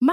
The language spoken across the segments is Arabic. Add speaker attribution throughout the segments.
Speaker 1: ما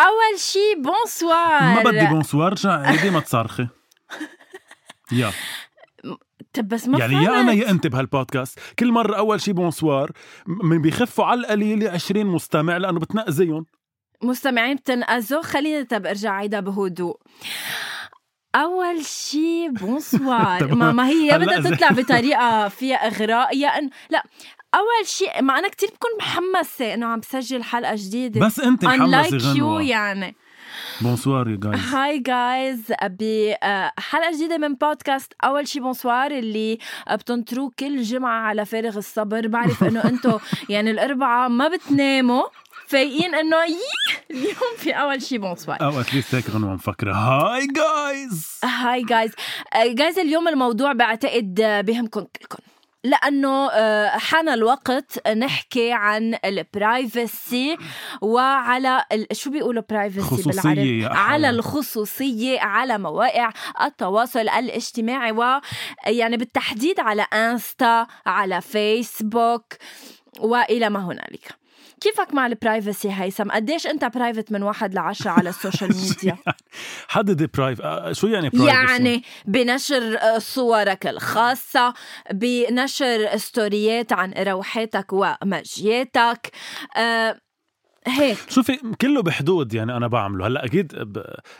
Speaker 1: أول شي
Speaker 2: ما بدي
Speaker 1: بونسوار
Speaker 2: بونسوار رجع ايدي ما تصرخي يا
Speaker 1: طب بس ما
Speaker 2: يعني يا انا
Speaker 1: فهمت.
Speaker 2: يا انت بهالبودكاست كل مره اول شي بونسوار من بيخفوا على القليل 20 مستمع لانه بتنقزيهم
Speaker 1: مستمعين بتنقذوا خلينا طب ارجع عيدها بهدوء اول شي بونسوار
Speaker 2: تمام.
Speaker 1: ما, ما هي يا
Speaker 2: هلأ
Speaker 1: بدها
Speaker 2: زي-
Speaker 1: تطلع بطريقه فيها اغراء يا ان لا اول شي ما انا كتير بكون محمسه انه عم بسجل حلقه جديده
Speaker 2: بس انت محمسه
Speaker 1: unlike you
Speaker 2: غنوه
Speaker 1: يعني
Speaker 2: بونسوار يا جايز
Speaker 1: هاي جايز بحلقه جديده من بودكاست اول شي بونسوار اللي بتنطروه كل جمعه على فارغ الصبر بعرف انه انتم يعني الاربعه ما بتناموا فايقين انه يي اليوم في اول شي بونسوار
Speaker 2: او اتليست هيك غنوه مفكره هاي جايز
Speaker 1: هاي جايز جايز اليوم الموضوع بعتقد آه، بيهمكم كلكم لانه آه، حان الوقت نحكي عن البرايفسي وعلى ال... شو بيقولوا برايفسي
Speaker 2: خصوصية
Speaker 1: بالعربي
Speaker 2: يا أحلى.
Speaker 1: على الخصوصيه على مواقع التواصل الاجتماعي ويعني بالتحديد على انستا على فيسبوك والى ما هنالك كيفك مع البرايفسي هيثم قديش انت برايفت من واحد لعشرة على السوشيال ميديا
Speaker 2: حدد برايف آه، شو يعني برايف
Speaker 1: يعني بنشر آه، صورك الخاصة بنشر ستوريات عن روحاتك ومجياتك آه، هيك
Speaker 2: شوفي كله بحدود يعني انا بعمله هلا اكيد ب...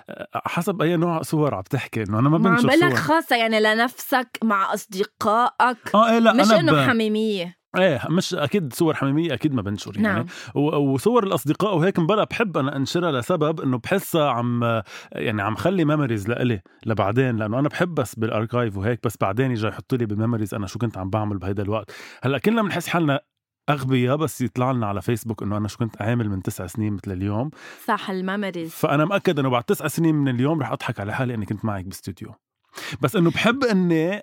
Speaker 2: آه، حسب اي نوع صور عم تحكي انه انا ما
Speaker 1: ما عم
Speaker 2: بنشر
Speaker 1: بقول لك
Speaker 2: صور
Speaker 1: خاصة يعني لنفسك مع أصدقائك
Speaker 2: اه ايه لا
Speaker 1: مش
Speaker 2: انا
Speaker 1: إنه
Speaker 2: ب-
Speaker 1: بحميمية
Speaker 2: ايه مش اكيد صور حميميه اكيد ما بنشر يعني
Speaker 1: نعم.
Speaker 2: و- وصور الاصدقاء وهيك مبلا بحب انا انشرها لسبب انه بحسها عم يعني عم خلي ميموريز لإلي لبعدين لانه انا بحب بس بالاركايف وهيك بس بعدين يجي يحط لي بميموريز انا شو كنت عم بعمل بهيدا الوقت هلا كلنا بنحس حالنا اغبياء بس يطلع لنا على فيسبوك انه انا شو كنت عامل من تسع سنين مثل اليوم
Speaker 1: صح الميموريز
Speaker 2: فانا مأكد انه بعد تسع سنين من اليوم رح اضحك على حالي اني كنت معك باستوديو بس انه بحب اني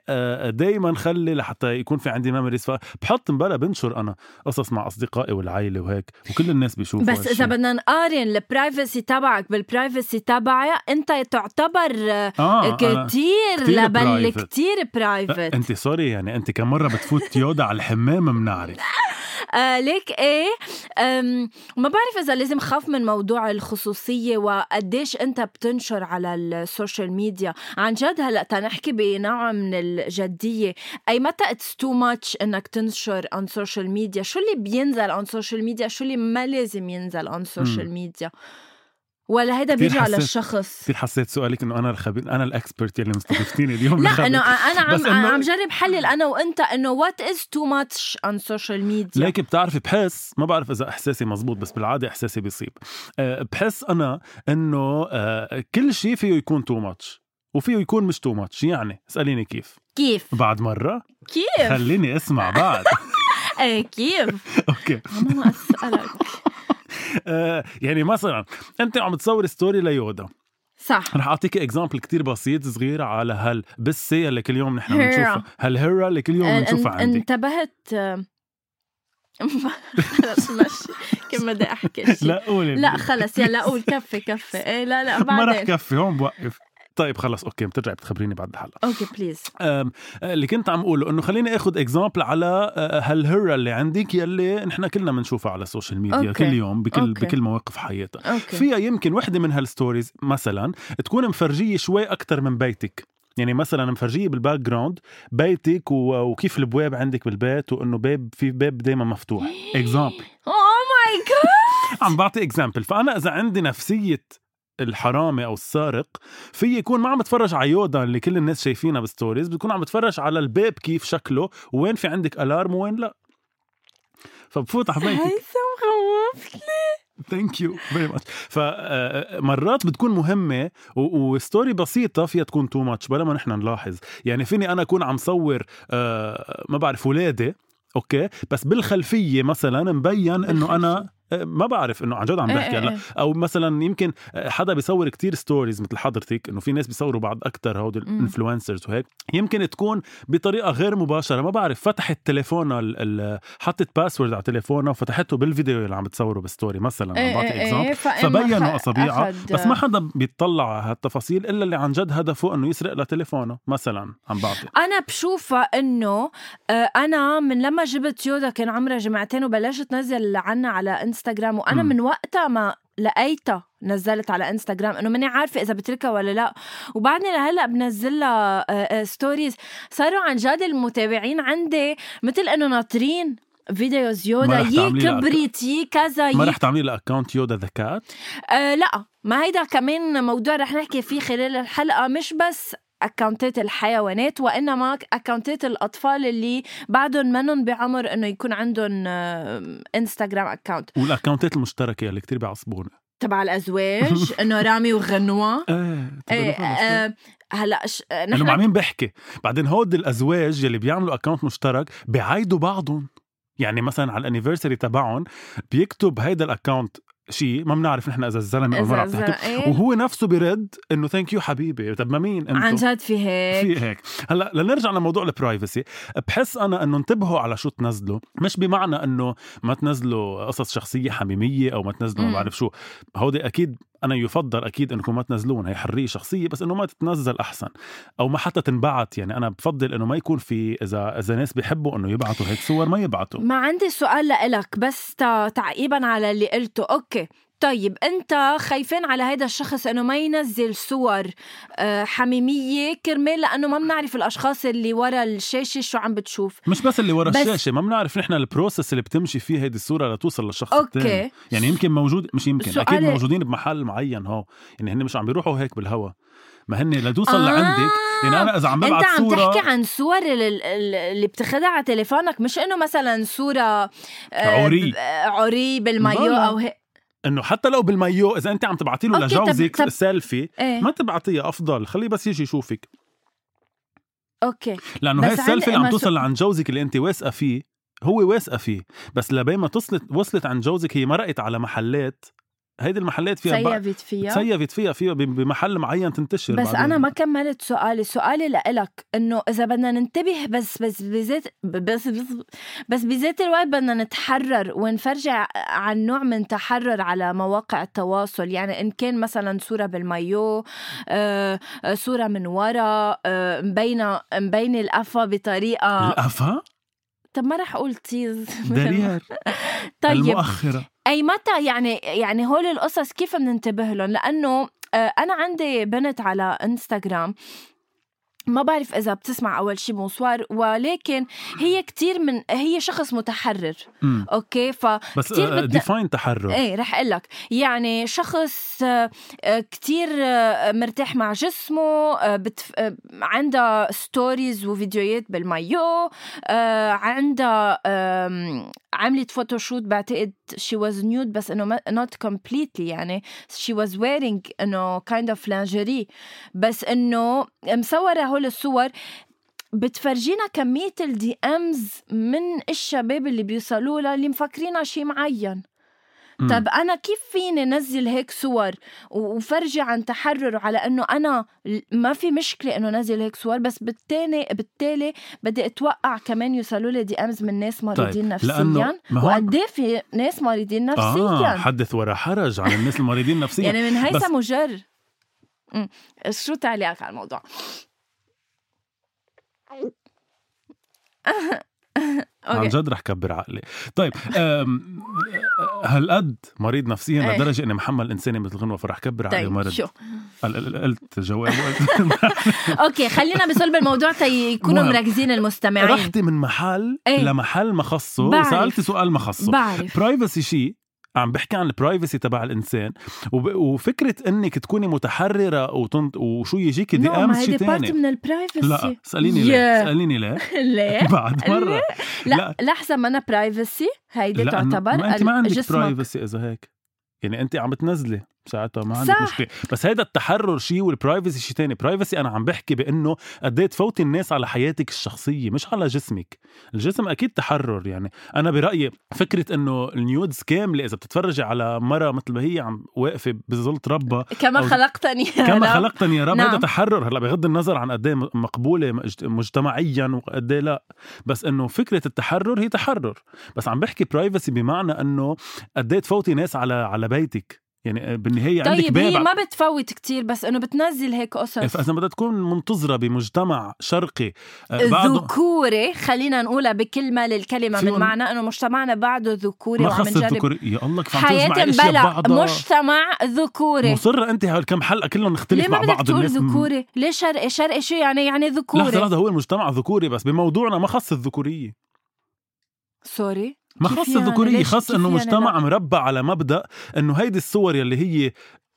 Speaker 2: دائما خلي لحتى يكون في عندي ميموريز فبحط مبلا بنشر انا قصص مع اصدقائي والعائله وهيك وكل الناس بيشوفوا
Speaker 1: بس
Speaker 2: هالشي.
Speaker 1: إذا بدنا نقارن البرايفسي تبعك بالبرايفسي تبعي أنت تعتبر آه،
Speaker 2: آه أنا-
Speaker 1: كتير
Speaker 2: كتير
Speaker 1: لبل
Speaker 2: private.
Speaker 1: كتير
Speaker 2: لا،
Speaker 1: برايفت
Speaker 2: انت سوري يعني انت كم مره بتفوت يودا على الحمام منعرف
Speaker 1: آه ليك ايه أم ما بعرف اذا لازم خاف من موضوع الخصوصيه وقديش انت بتنشر على السوشيال ميديا عن جد هلا تنحكي بنوع من الجديه اي متى اتس تو ماتش انك تنشر اون سوشيال ميديا شو اللي بينزل اون سوشيال ميديا شو اللي ما لازم ينزل اون سوشيال ميديا ولا هيدا
Speaker 2: كتير
Speaker 1: بيرجع
Speaker 2: حساس.
Speaker 1: للشخص
Speaker 2: كثير حسيت سؤالك انه انا الخبير انا الاكسبرت يلي مستضيفتيني اليوم
Speaker 1: لا
Speaker 2: الخبير.
Speaker 1: انا انا عم
Speaker 2: بس إنه-
Speaker 1: عم جرب حلل انا وانت انه وات از تو ماتش اون سوشيال ميديا
Speaker 2: لكن بتعرفي بحس ما بعرف اذا احساسي مزبوط بس بالعاده احساسي بيصيب أه، بحس انا انه أه، كل شيء فيه يكون تو ماتش وفيه يكون مش تو ماتش يعني اساليني كيف
Speaker 1: كيف
Speaker 2: بعد مره
Speaker 1: كيف
Speaker 2: خليني اسمع بعد
Speaker 1: ايه كيف
Speaker 2: اوكي
Speaker 1: عمما اسالك
Speaker 2: أه، يعني مثلا انت عم تصور ستوري ليودا
Speaker 1: صح
Speaker 2: رح اعطيك اكزامبل كتير بسيط صغير على هالبسه اللي كل يوم نحن
Speaker 1: هيرا.
Speaker 2: بنشوفها هالهرة اللي كل يوم بنشوفها
Speaker 1: ان-
Speaker 2: عندي
Speaker 1: انتبهت خلص ماشي كم بدي احكي شي.
Speaker 2: لا قولي
Speaker 1: لا خلص يلا قول كفي كفي ايه لا لا
Speaker 2: ما رح
Speaker 1: بعدين
Speaker 2: كفي هون بوقف طيب خلص اوكي بترجعي بتخبريني بعد الحلقه
Speaker 1: اوكي بليز
Speaker 2: أم، آه، اللي كنت عم اقوله انه خليني اخذ اكزامبل على أه، هالهره اللي عندك يلي نحن كلنا بنشوفها على السوشيال ميديا
Speaker 1: أوكي.
Speaker 2: أوكي. كل يوم بكل
Speaker 1: أوكي.
Speaker 2: أوكي. بكل مواقف حياتها
Speaker 1: اوكي
Speaker 2: فيها يمكن وحده من هالستوريز مثلا تكون مفرجيه شوي اكثر من بيتك يعني مثلا مفرجيه بالباك جراوند بيتك و- وكيف البواب عندك بالبيت وانه باب في باب دائما مفتوح اكزامبل
Speaker 1: اوه
Speaker 2: عم بعطي اكزامبل فانا اذا عندي نفسيه الحرامي او السارق في يكون ما عم بتفرج على يودا اللي كل الناس شايفينها بالستوريز بتكون عم بتفرج على الباب كيف شكله وين في عندك الارم وين لا فبفوت على بيتك
Speaker 1: هيثم خوفني
Speaker 2: ثانك يو فيري ماتش فمرات آه، بتكون مهمه و- وستوري بسيطه فيها تكون تو ماتش بلا ما نحن نلاحظ يعني فيني انا اكون عم صور آه، ما بعرف ولادي اوكي بس بالخلفيه مثلا مبين انه انا آه، ما بعرف انه عن جد
Speaker 1: إيه،
Speaker 2: عم بحكي هلا او مثلا يمكن آه، حدا بيصور كتير ستوريز مثل حضرتك انه في ناس بيصوروا بعض اكثر هودي
Speaker 1: مم.
Speaker 2: الانفلونسرز وهيك يمكن تكون بطريقه غير مباشره ما بعرف فتحت تليفونها ال- ال- حطت باسورد على تليفونها وفتحته بالفيديو اللي عم بتصوره بالستوري مثلا
Speaker 1: إيه،
Speaker 2: عم بعطي اكزامبل فبينوا أصابيعها، بس ما حدا بيطلع على هالتفاصيل الا اللي عن جد هدفه انه يسرق لتليفونه مثلا عم بعطي
Speaker 1: انا بشوفها انه آه، انا من لما جبت يودا كان عمرها جمعتين وبلشت نزل عنا على انستغرام وانا
Speaker 2: مم.
Speaker 1: من وقتها ما لقيتها نزلت على انستغرام انه ماني عارفه اذا بتركها ولا لا وبعدني لهلا بنزل لها آه، آه، ستوريز صاروا عن جد المتابعين عندي مثل انه ناطرين فيديوز
Speaker 2: ما
Speaker 1: يودا
Speaker 2: رح
Speaker 1: يي
Speaker 2: تعملي لها
Speaker 1: كبرت يي كذا
Speaker 2: ما
Speaker 1: يي
Speaker 2: رح تعملي لها اكونت يودا ذا كات
Speaker 1: آه لا ما هيدا كمان موضوع رح نحكي فيه خلال الحلقة مش بس اكونتات الحيوانات وانما اكونتات الاطفال اللي بعدهم منهم بعمر انه يكون عندهم آه، انستغرام اكونت
Speaker 2: والاكونتات المشتركه اللي كتير بيعصبوني
Speaker 1: تبع الازواج انه رامي وغنوه
Speaker 2: ايه
Speaker 1: إيه،
Speaker 2: تقدر خلص.
Speaker 1: آه هلا ش... آه،
Speaker 2: انه مع
Speaker 1: نحن
Speaker 2: مين بحكي بعدين هود الازواج يلي بيعملوا اكونت مشترك بيعايدوا بعضهم يعني مثلا على الانيفرساري تبعهم بيكتب هيدا الاكونت شيء ما بنعرف نحن اذا الزلمه او
Speaker 1: إذا-
Speaker 2: المرأة عم
Speaker 1: إذا-
Speaker 2: تحكي
Speaker 1: إيه.
Speaker 2: وهو نفسه برد انه ثانك يو حبيبي طب ما مين انتو
Speaker 1: عن جد في هيك
Speaker 2: في هيك هلا لنرجع لموضوع البرايفسي بحس انا انه انتبهوا على شو تنزلوا مش بمعنى انه ما تنزلوا قصص شخصيه حميميه او ما تنزلوا ما
Speaker 1: مم.
Speaker 2: بعرف شو هودي اكيد انا يفضل اكيد انكم ما تنزلون هي حريه شخصيه بس انه ما تتنزل احسن او ما حتى تنبعت يعني انا بفضل انه ما يكون في اذا اذا ناس بيحبوا انه يبعتوا هيك صور ما يبعتوا
Speaker 1: ما عندي سؤال لإلك بس تا- تعقيبا على اللي قلته اوكي طيب انت خايفين على هيدا الشخص انه ما ينزل صور آه، حميميه كرمال لانه ما بنعرف الاشخاص اللي ورا الشاشه شو عم بتشوف
Speaker 2: مش بس اللي ورا
Speaker 1: بس-
Speaker 2: الشاشه ما بنعرف نحن البروسس اللي بتمشي فيه هيدي الصوره لتوصل للشخص الثاني
Speaker 1: اوكي
Speaker 2: يعني يمكن موجود مش يمكن
Speaker 1: سؤال-
Speaker 2: اكيد موجودين بمحل معين هو يعني هن مش عم بيروحوا هيك بالهوا ما هن لتوصل آه لعندك يعني انا اذا عم
Speaker 1: انت
Speaker 2: ببعت
Speaker 1: عم
Speaker 2: صوره
Speaker 1: تحكي عن صور ال- ال- ال- اللي بتاخدها على تليفونك مش انه مثلا صوره آه،
Speaker 2: عري.
Speaker 1: ب- آه، عري بالمايو
Speaker 2: بلا.
Speaker 1: او هي...
Speaker 2: انه حتى لو بالمايو اذا انت عم تبعتي له
Speaker 1: أوكي، طب-
Speaker 2: لجوزك
Speaker 1: طب-
Speaker 2: سيلفي
Speaker 1: ايه
Speaker 2: ما تبعتيها افضل خليه بس يجي يشوفك
Speaker 1: اوكي
Speaker 2: لانه
Speaker 1: بس
Speaker 2: هاي السيلفي
Speaker 1: عندي
Speaker 2: اللي عم
Speaker 1: إما سو-
Speaker 2: توصل عن جوزك اللي انت واثقه فيه هو واثقه فيه بس لبين ما توصلت وصلت عن جوزك هي مرقت على محلات هيدي المحلات فيها بق-
Speaker 1: سيبت فيها
Speaker 2: تسيفت فيها فيها ب- بمحل معين تنتشر
Speaker 1: بس
Speaker 2: بعدين.
Speaker 1: انا ما كملت سؤالي سؤالي لإلك انه اذا بدنا ننتبه بس بس بذات بس بس, بس بذات الوقت بدنا نتحرر ونفرجع عن نوع من تحرر على مواقع التواصل يعني ان كان مثلا صوره بالمايو آه، آه، صوره من ورا آه، مبينه مبينه القفا بطريقه
Speaker 2: القفا
Speaker 1: طب ما رح اقول تيز
Speaker 2: دارير
Speaker 1: طيب
Speaker 2: المؤخره
Speaker 1: اي متى يعني يعني هول القصص كيف بننتبه لهم لانه آه، انا عندي بنت على انستغرام ما بعرف اذا بتسمع اول شي بونسوار ولكن هي كتير من هي شخص متحرر
Speaker 2: مم.
Speaker 1: اوكي ف
Speaker 2: بس
Speaker 1: كتير
Speaker 2: آه،
Speaker 1: بت-
Speaker 2: ديفاين تحرر
Speaker 1: ايه رح اقول لك يعني شخص آه، آه، كتير آه، مرتاح مع جسمه آه، بتف... آه، عندها ستوريز وفيديوهات بالمايو آه، عندها آم، عملت فوتوشوت بعتقد شي واز نيود بس انه نوت كومبليتلي يعني شي واز ويرينج انه كايند اوف لانجري بس انه مصوره هول الصور بتفرجينا كمية الدي امز من الشباب اللي بيوصلوا لها اللي مفكرينها شي معين
Speaker 2: مم.
Speaker 1: طب انا كيف فيني نزل هيك صور و- وفرجي عن تحرر على انه انا ل- ما في مشكله انه نزل هيك صور بس بالتالي بالتالي بدي اتوقع كمان يوصلوا لي دي امز من ناس مريضين طيب. نفسيا
Speaker 2: لأنه- ما هو-
Speaker 1: وقد إيه في ناس مريضين
Speaker 2: آه
Speaker 1: نفسيا
Speaker 2: حدث ولا حرج عن الناس المريضين نفسيا يعني
Speaker 1: يعني من
Speaker 2: بس-
Speaker 1: هيثم وجر أمم، شو تعليقك على الموضوع؟
Speaker 2: عن
Speaker 1: أوكي.
Speaker 2: جد رح كبر عقلي طيب أم، هالقد مريض نفسيا
Speaker 1: إيه.
Speaker 2: لدرجه اني محمل انساني مثل غنوه فرح كبر عقلي
Speaker 1: طيب
Speaker 2: مرض
Speaker 1: شو
Speaker 2: قل- قل- قلت جواب
Speaker 1: اوكي خلينا بصلب الموضوع تي يكونوا
Speaker 2: مهم.
Speaker 1: مركزين المستمعين
Speaker 2: رحتي من محل
Speaker 1: إيه.
Speaker 2: لمحل ما خصه
Speaker 1: بعرف.
Speaker 2: وسالتي سؤال ما خصه
Speaker 1: بعرف
Speaker 2: برايفسي شيء عم بحكي عن البرايفسي تبع الانسان وب... وفكره انك تكوني متحرره وتنط... وشو يجيك دي
Speaker 1: نو،
Speaker 2: ام
Speaker 1: ما
Speaker 2: شيء
Speaker 1: نعم، هيدي بارت
Speaker 2: ثاني
Speaker 1: من البرايفسي
Speaker 2: لا اساليني ليه
Speaker 1: Yeah. إيه؟
Speaker 2: اساليني ليه
Speaker 1: ليه؟
Speaker 2: بعد مره
Speaker 1: لا
Speaker 2: لا.
Speaker 1: لحظة ما أنا برايفسي هيدي
Speaker 2: لا، أنا-
Speaker 1: تعتبر
Speaker 2: ما انت ما عندك
Speaker 1: جسمك.
Speaker 2: برايفسي اذا هيك يعني انت عم تنزلي ساعتها ما عندك
Speaker 1: صح.
Speaker 2: مشكله بس هيدا التحرر شيء والبرايفسي شيء تاني برايفسي انا عم بحكي بانه قد ايه تفوتي الناس على حياتك الشخصيه مش على جسمك الجسم اكيد تحرر يعني انا برايي فكره انه النيودز كامله اذا بتتفرجي على مره مثل ما هي عم واقفه بظل ربها
Speaker 1: كما
Speaker 2: أو-
Speaker 1: خلقتني يا
Speaker 2: كما
Speaker 1: رب.
Speaker 2: خلقتني يا رب
Speaker 1: نعم.
Speaker 2: هذا تحرر هلا بغض النظر عن قد ايه مقبوله مجت- مجتمعيا وقد ايه لا بس انه فكره التحرر هي تحرر بس عم بحكي برايفسي بمعنى انه قد ايه تفوتي ناس على على بيتك يعني بالنهايه عندك
Speaker 1: طيب
Speaker 2: باب
Speaker 1: هي ما بتفوت كتير بس إنه بتنزل هيك قصص
Speaker 2: اذا بدها تكون منتظره بمجتمع شرقي آه، بعده
Speaker 1: ذكوري خلينا نقولها بكل ما للكلمة من
Speaker 2: فيهم-
Speaker 1: معنى إنه مجتمعنا بعده ذكوري
Speaker 2: ما
Speaker 1: وعم
Speaker 2: خص
Speaker 1: نجرب
Speaker 2: الذكور يا الله كيف عم تجمع
Speaker 1: حياة
Speaker 2: اشياء
Speaker 1: بلا
Speaker 2: ببعضها.
Speaker 1: مجتمع ذكوري
Speaker 2: مصرة انت هالكم حلقه كلهم
Speaker 1: ليه
Speaker 2: نختلف
Speaker 1: ما
Speaker 2: مع
Speaker 1: بدك
Speaker 2: بعض
Speaker 1: تقول
Speaker 2: الناس م-
Speaker 1: ذكوري؟ ليه شرقي؟ شرقي شو يعني؟ يعني
Speaker 2: لحظه
Speaker 1: ذكوري
Speaker 2: لحظه هو المجتمع ذكوري بس بموضوعنا ما خص الذكوريه
Speaker 1: سوري
Speaker 2: ما
Speaker 1: كيف
Speaker 2: خص
Speaker 1: يعني؟
Speaker 2: الذكوريه
Speaker 1: ليش-
Speaker 2: خص
Speaker 1: كيف
Speaker 2: انه
Speaker 1: يعني
Speaker 2: مجتمع
Speaker 1: لا؟
Speaker 2: مربع على مبدا انه هيدي الصور يلي هي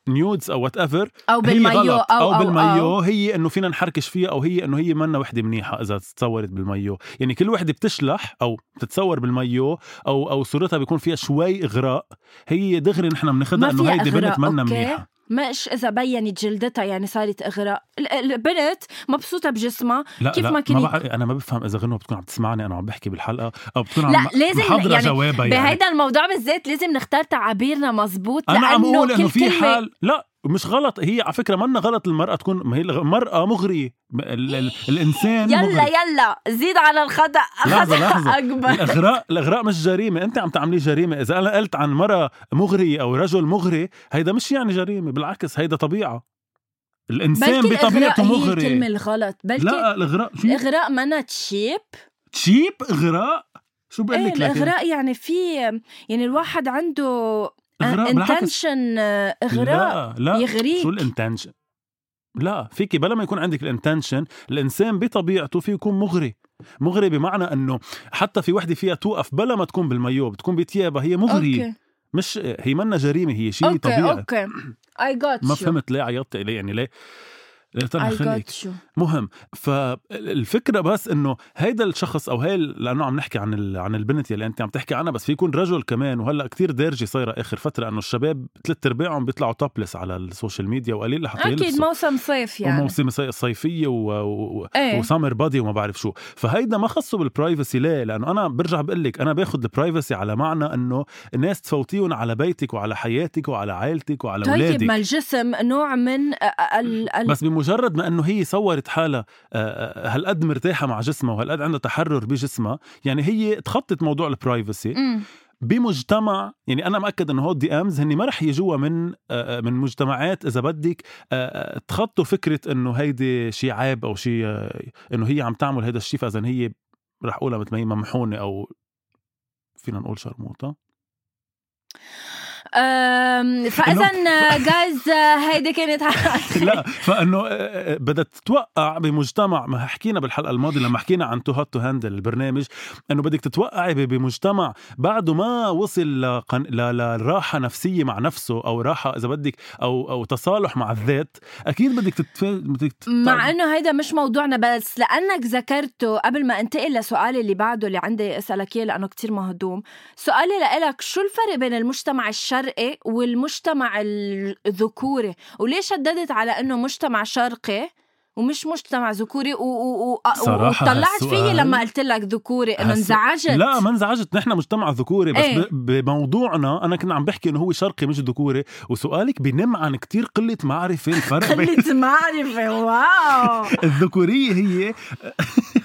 Speaker 2: نيودز او وات ايفر
Speaker 1: أو
Speaker 2: هي
Speaker 1: بالمايو
Speaker 2: غلط
Speaker 1: أو
Speaker 2: او بالمايو هي انه فينا نحركش فيها او هي انه هي منا وحده منيحه اذا تصورت بالمايو يعني كل وحده بتشلح او بتتصور بالمايو او او صورتها بيكون فيها شوي اغراء هي دغري نحن بناخذها
Speaker 1: ما
Speaker 2: انه
Speaker 1: فيها
Speaker 2: هيدي بنت
Speaker 1: إغراء،
Speaker 2: منا
Speaker 1: أوكي.
Speaker 2: منيحه
Speaker 1: مش اذا بينت جلدتها يعني صارت اغراء ال- البنت مبسوطه بجسمها
Speaker 2: لا
Speaker 1: كيف
Speaker 2: لا
Speaker 1: ما كنت.
Speaker 2: بعرف- انا ما بفهم اذا غنوه بتكون عم تسمعني انا عم بحكي بالحلقه او بتكون عم
Speaker 1: لا، لازم
Speaker 2: محضره
Speaker 1: يعني
Speaker 2: جوابها يعني
Speaker 1: بهيدا الموضوع بالذات لازم نختار تعابيرنا مزبوط
Speaker 2: انا عم
Speaker 1: لانه
Speaker 2: اقول
Speaker 1: كل
Speaker 2: انه في
Speaker 1: كلمه
Speaker 2: حال لا مش غلط هي على فكره منا غلط المراه تكون ما هي الغ- المراه مغريه م- ال- ال- الانسان
Speaker 1: يلا
Speaker 2: مغري.
Speaker 1: يلا زيد على الخطا
Speaker 2: لحظة، لحظة.
Speaker 1: خطا اكبر
Speaker 2: الاغراء الاغراء مش جريمه انت عم تعملي جريمه اذا انا قلت عن مراه مغريه او رجل مغري هيدا مش يعني جريمه بالعكس هيدا طبيعه الانسان
Speaker 1: بلكي
Speaker 2: بطبيعته
Speaker 1: الاغراء هي
Speaker 2: مغري
Speaker 1: الكلمه الغلط بلكي
Speaker 2: لا الاغراء شو؟
Speaker 1: الاغراء منا تشيب
Speaker 2: تشيب اغراء شو بقول
Speaker 1: ايه
Speaker 2: لك لكن
Speaker 1: الاغراء يعني في يعني الواحد عنده آه،
Speaker 2: اغراء بالعكس
Speaker 1: انتنشن اغراء
Speaker 2: لا لا
Speaker 1: يغريك
Speaker 2: شو الانتنشن لا فيكي بلا ما يكون عندك الانتنشن الانسان بطبيعته فيه يكون مغري مغري بمعنى انه حتى في وحده فيها توقف بلا ما تكون بالمايو بتكون بثيابها هي مغري
Speaker 1: اوكي
Speaker 2: مش هي منا جريمه هي شيء
Speaker 1: اوكي
Speaker 2: طبيعي
Speaker 1: اوكي اي جوت
Speaker 2: ما فهمت ليه عيطت ليه يعني ليه طيب ليه تنح
Speaker 1: اي
Speaker 2: خلقك
Speaker 1: جوت يو
Speaker 2: مهم فالفكره بس انه هيدا الشخص او هي لانه عم نحكي عن ال... عن البنت يلي انت عم تحكي عنها بس في يكون رجل كمان وهلا كتير دارجه صايره اخر فتره انه الشباب ثلاث ارباعهم بيطلعوا توبلس على السوشيال ميديا وقليل لحتى
Speaker 1: اكيد
Speaker 2: يلبسوا
Speaker 1: موسم صيف يعني
Speaker 2: وموسم صي- صيفيه و... و...
Speaker 1: ايه
Speaker 2: وسامر بادي وما بعرف شو فهيدا ما خصه بالبرايفسي ليه لانه انا برجع بقول لك انا باخذ البرايفسي على معنى انه الناس تفوتيهم على بيتك وعلى حياتك وعلى عائلتك وعلى
Speaker 1: طيب
Speaker 2: اولادك
Speaker 1: ما الجسم نوع من ال- ال ال
Speaker 2: بس بمجرد ما انه هي صورت حالها آه، آه، هالقد مرتاحه مع جسمها وهالقد عندها تحرر بجسمها يعني هي تخطت موضوع البرايفسي
Speaker 1: مم.
Speaker 2: بمجتمع يعني انا مأكد انه هول دي امز هن ما رح يجوا من آه، آه، من مجتمعات اذا بدك آه، آه، تخطوا فكره انه هيدي شيء عيب او شيء آه، انه هي عم تعمل هذا الشيء فاذا هي رح اقولها مثل ما هي ممحونه او فينا نقول شرموطه
Speaker 1: أم، فاذا جايز آه، هيدي كانت
Speaker 2: لا فانه آه، آه، بدها تتوقع بمجتمع ما حكينا بالحلقه الماضيه لما حكينا عن تو هات تو هاندل البرنامج انه بدك تتوقعي ب- بمجتمع بعده ما وصل لقن... ل... لراحه نفسيه مع نفسه او راحه اذا بدك او او تصالح مع الذات اكيد بدك تتف... بدك تت...
Speaker 1: مع انه هيدا مش موضوعنا بس لانك ذكرته قبل ما انتقل لسؤالي اللي بعده اللي عندي اسالك اياه لانه كتير مهضوم سؤالي لإلك شو الفرق بين المجتمع الشرقي والمجتمع الذكوري وليش شددت على انه مجتمع شرقي ومش مجتمع ذكوري و... و... و... و...
Speaker 2: صراحة
Speaker 1: وطلعت فيي
Speaker 2: هالسؤال-
Speaker 1: لما قلت لك ذكوري انه
Speaker 2: هالسؤال-
Speaker 1: انزعجت
Speaker 2: لا ما انزعجت نحن مجتمع ذكوري بس
Speaker 1: إيه.
Speaker 2: ايه؟ بموضوعنا انا كنا عم بحكي انه هو شرقي مش ذكوري وسؤالك بنم عن كتير قله معرفه الفرق بين
Speaker 1: قلة معرفة
Speaker 2: آه،
Speaker 1: واو
Speaker 2: الذكورية هي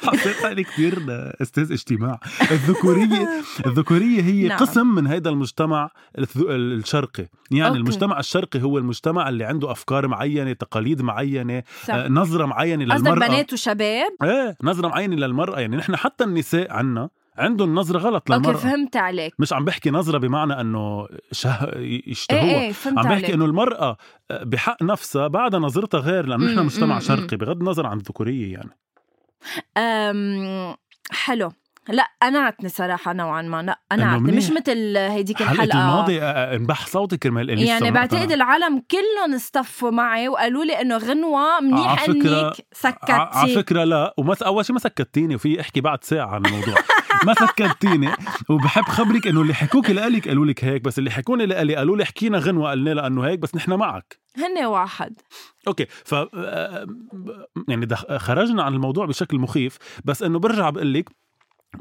Speaker 2: حطيت حالي كثير استاذ اجتماع الذكورية الذكورية هي
Speaker 1: نعم.
Speaker 2: قسم من هذا المجتمع الث- الشرقي يعني
Speaker 1: أوكي.
Speaker 2: المجتمع الشرقي هو المجتمع اللي عنده أفكار معينة تقاليد معينة
Speaker 1: صح.
Speaker 2: آه، نظرة معينة
Speaker 1: قصدك
Speaker 2: للمرأة
Speaker 1: بنات وشباب
Speaker 2: ايه نظرة معينة للمرأة يعني نحن حتى النساء عنا عندهم نظرة غلط
Speaker 1: اوكي
Speaker 2: للمرأة
Speaker 1: فهمت عليك
Speaker 2: مش عم بحكي نظرة بمعنى انه شه... يشتهوها
Speaker 1: ايه ايه فهمت
Speaker 2: عم
Speaker 1: عليك
Speaker 2: بحكي انه المرأة آه، بحق نفسها بعدها نظرتها غير لانه نحن
Speaker 1: مم،
Speaker 2: مجتمع
Speaker 1: مم،
Speaker 2: شرقي بغض النظر عن الذكورية يعني
Speaker 1: أم، حلو لا قنعتني صراحه نوعا ما لا
Speaker 2: إنه
Speaker 1: قنعتني
Speaker 2: منيح.
Speaker 1: مش مثل هيديك
Speaker 2: حلقة
Speaker 1: الحلقه
Speaker 2: الماضي آه، آه، انبح صوتي كرمال إليسا
Speaker 1: يعني
Speaker 2: ما
Speaker 1: بعتقد
Speaker 2: قتنعت.
Speaker 1: العالم كلهم اصطفوا معي وقالوا لي انه غنوه منيح
Speaker 2: عفكرة-
Speaker 1: انك
Speaker 2: ع- على
Speaker 1: سكتتي
Speaker 2: فكره لا ومس اول شيء ما سكتتيني وفي احكي بعد ساعه عن الموضوع ما سكتتيني وبحب خبرك انه اللي حكوك لالك قالوا لك هيك بس اللي حكوني لالي قالوا لي حكينا غنوه قلنا لها انه هيك بس نحن معك
Speaker 1: هن واحد
Speaker 2: اوكي ف آه، يعني دخ- خرجنا عن الموضوع بشكل مخيف بس انه برجع بقول لك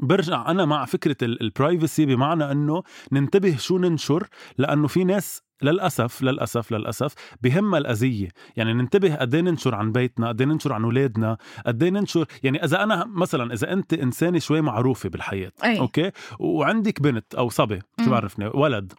Speaker 2: برجع انا مع فكره البرايفسي بمعنى انه ننتبه شو ننشر لانه في ناس للاسف للاسف للاسف بهمها الاذيه يعني ننتبه قد إيه ننشر عن بيتنا قد إيه ننشر عن اولادنا قد إيه ننشر يعني اذا انا مثلا اذا انت انسانه شوي معروفه بالحياه
Speaker 1: أي.
Speaker 2: اوكي وعندك بنت او صبي شو
Speaker 1: إيه. مم.
Speaker 2: بعرفني ولد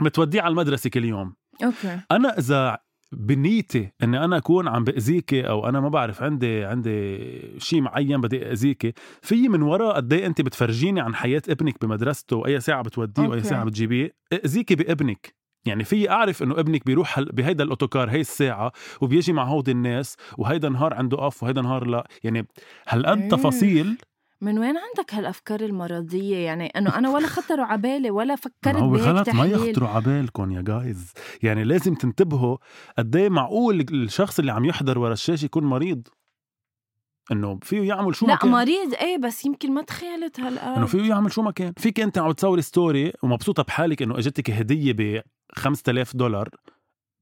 Speaker 2: متوديه على المدرسه كل يوم
Speaker 1: اوكي
Speaker 2: انا اذا بنيتي اني انا اكون عم باذيكي او انا ما بعرف عندي عندي شيء معين بدي اذيكي في من ورا قد ايه انت بتفرجيني عن حياه ابنك بمدرسته واي ساعه بتوديه واي
Speaker 1: أوكي.
Speaker 2: ساعه بتجيبيه اذيكي بابنك يعني في اعرف انه ابنك بيروح هال- بهيدا الاوتوكار هي الساعه وبيجي مع هودي الناس وهيدا نهار عنده اوف وهيدا نهار لا يعني هالقد
Speaker 1: مم.
Speaker 2: تفاصيل
Speaker 1: من وين عندك هالافكار المرضيه يعني انه انا ولا خطروا على بالي ولا فكرت
Speaker 2: ما هو
Speaker 1: بهيك
Speaker 2: غلط ما
Speaker 1: تحليل.
Speaker 2: يخطروا على بالكم يا جايز يعني لازم تنتبهوا قد ايه معقول الشخص اللي عم يحضر ورا الشاشه يكون مريض انه فيه يعمل شو ما
Speaker 1: لا
Speaker 2: كان
Speaker 1: مريض ايه بس يمكن ما تخيلت
Speaker 2: انه
Speaker 1: هالقد
Speaker 2: فيه يعمل شو ما كان فيك انت عم تصور ستوري ومبسوطه بحالك انه اجتك هديه ب 5000 دولار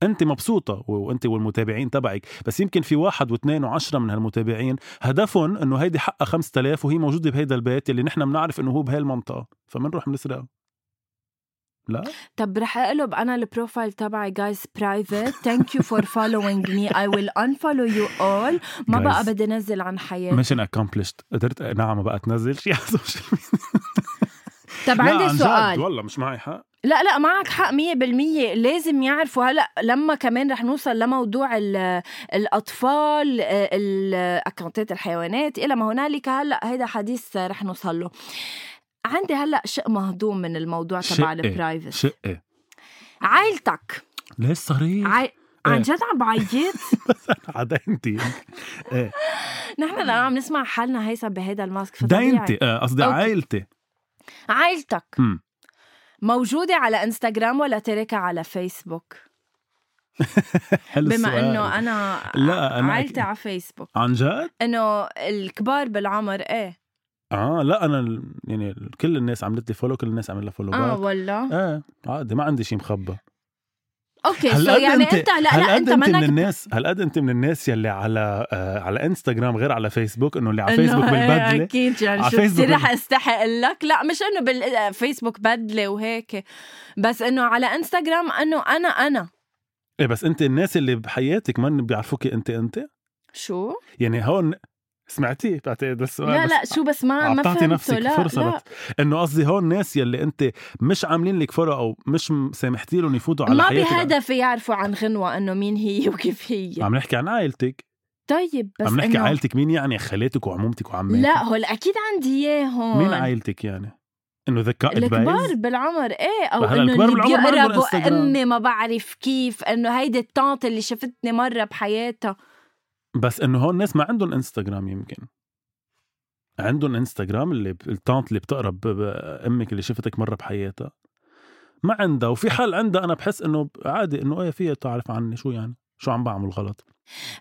Speaker 2: انت مبسوطه و- وانت والمتابعين تبعك بس يمكن في واحد واثنين وعشرة من هالمتابعين هدفهم انه هيدي حقها 5000 وهي موجوده بهيدا البيت اللي نحن بنعرف انه هو بهالمنطقه فمنروح بنسرقها لا
Speaker 1: طب رح اقلب انا البروفايل تبعي جايز برايفت ثانك يو فور فولوينج مي اي ويل انفولو يو اول ما
Speaker 2: Guys.
Speaker 1: بقى بدي انزل عن حياتي
Speaker 2: ميشن اكومبلشت قدرت نعم بقى تنزل شيء على السوشيال ميديا
Speaker 1: طب
Speaker 2: لا، عن
Speaker 1: عندي
Speaker 2: جد،
Speaker 1: سؤال
Speaker 2: والله مش معي حق
Speaker 1: لا لا معك حق مية بالمية لازم يعرفوا هلا لما كمان رح نوصل لموضوع ال- الاطفال الاكونتات الحيوانات الى ما هنالك هلا هيدا حديث رح نوصل له عندي هلا شق مهضوم من الموضوع تبع
Speaker 2: شق إيه؟
Speaker 1: البرايفت
Speaker 2: شقه
Speaker 1: عائلتك
Speaker 2: ليش صريح؟
Speaker 1: عي... عن جد عم بعيط
Speaker 2: عدينتي إيه.
Speaker 1: نحن الان عم نسمع حالنا هيثم بهيدا الماسك فطبيعي.
Speaker 2: دينتي آه، قصدي
Speaker 1: أوكي.
Speaker 2: عائلتي
Speaker 1: عائلتك
Speaker 2: مم.
Speaker 1: موجودة على انستغرام ولا تركها على فيسبوك
Speaker 2: حلو
Speaker 1: بما
Speaker 2: السؤال.
Speaker 1: انه انا
Speaker 2: لا، أنا أكيد.
Speaker 1: عائلتي على فيسبوك
Speaker 2: عن جد؟
Speaker 1: انه الكبار بالعمر ايه
Speaker 2: اه لا انا ال- يعني ال- كل الناس عملت لي فولو كل الناس عملت لها فولو
Speaker 1: اه
Speaker 2: باك
Speaker 1: والله
Speaker 2: ايه عادي ما عندي شيء مخبى
Speaker 1: اوكي
Speaker 2: هل
Speaker 1: سو
Speaker 2: قد
Speaker 1: يعني انت, لا
Speaker 2: هل
Speaker 1: لا
Speaker 2: قد
Speaker 1: انت
Speaker 2: انت من
Speaker 1: منك
Speaker 2: الناس هل قد انت من الناس يلي على آه على انستغرام غير على فيسبوك انه اللي على
Speaker 1: إنه
Speaker 2: فيسبوك
Speaker 1: إيه،
Speaker 2: بالبدله
Speaker 1: اكيد يعني
Speaker 2: على
Speaker 1: شو
Speaker 2: فيسبوك
Speaker 1: كتير
Speaker 2: بال-
Speaker 1: رح استحي اقول لك لا مش انه بالفيسبوك بدله وهيك بس انه على انستغرام انه انا انا
Speaker 2: إيه بس انت الناس اللي بحياتك ما بيعرفوكي انت انت
Speaker 1: شو؟
Speaker 2: يعني هون سمعتيه بعتقد السؤال
Speaker 1: لا
Speaker 2: بس
Speaker 1: لا شو بس ما ما
Speaker 2: اعطيتي
Speaker 1: فهمته
Speaker 2: نفسك
Speaker 1: لا
Speaker 2: فرصه
Speaker 1: لا
Speaker 2: لت- انه قصدي هون ناس يلي انت مش عاملين لك فرق او مش م- سامحتي لهم يفوتوا على
Speaker 1: ما
Speaker 2: حياتك
Speaker 1: بهدف يعرفوا عن غنوة انه مين هي وكيف هي
Speaker 2: عم نحكي عن عائلتك
Speaker 1: طيب بس
Speaker 2: عم نحكي
Speaker 1: إنه-
Speaker 2: عائلتك مين يعني خالاتك وعمومتك وعماتك
Speaker 1: لا هول اكيد عندي اياهم
Speaker 2: مين عائلتك يعني انه ذكاء
Speaker 1: الكبار
Speaker 2: البايز
Speaker 1: بالعمر ايه او
Speaker 2: هلا
Speaker 1: انه
Speaker 2: الكبار
Speaker 1: اللي
Speaker 2: بالعمر ما عندهم
Speaker 1: بيقربوا
Speaker 2: انستغرام.
Speaker 1: اني ما بعرف كيف انه هيدي الطانط اللي شفتني مره بحياتها
Speaker 2: بس انه هون ناس ما عندهم انستغرام يمكن عندهم انستغرام اللي ب- التانت اللي بتقرب ب- ب- امك اللي شفتك مره بحياتها ما عندها وفي حال عندها انا بحس انه عادي انه ايه فيها تعرف عني شو يعني شو عم بعمل غلط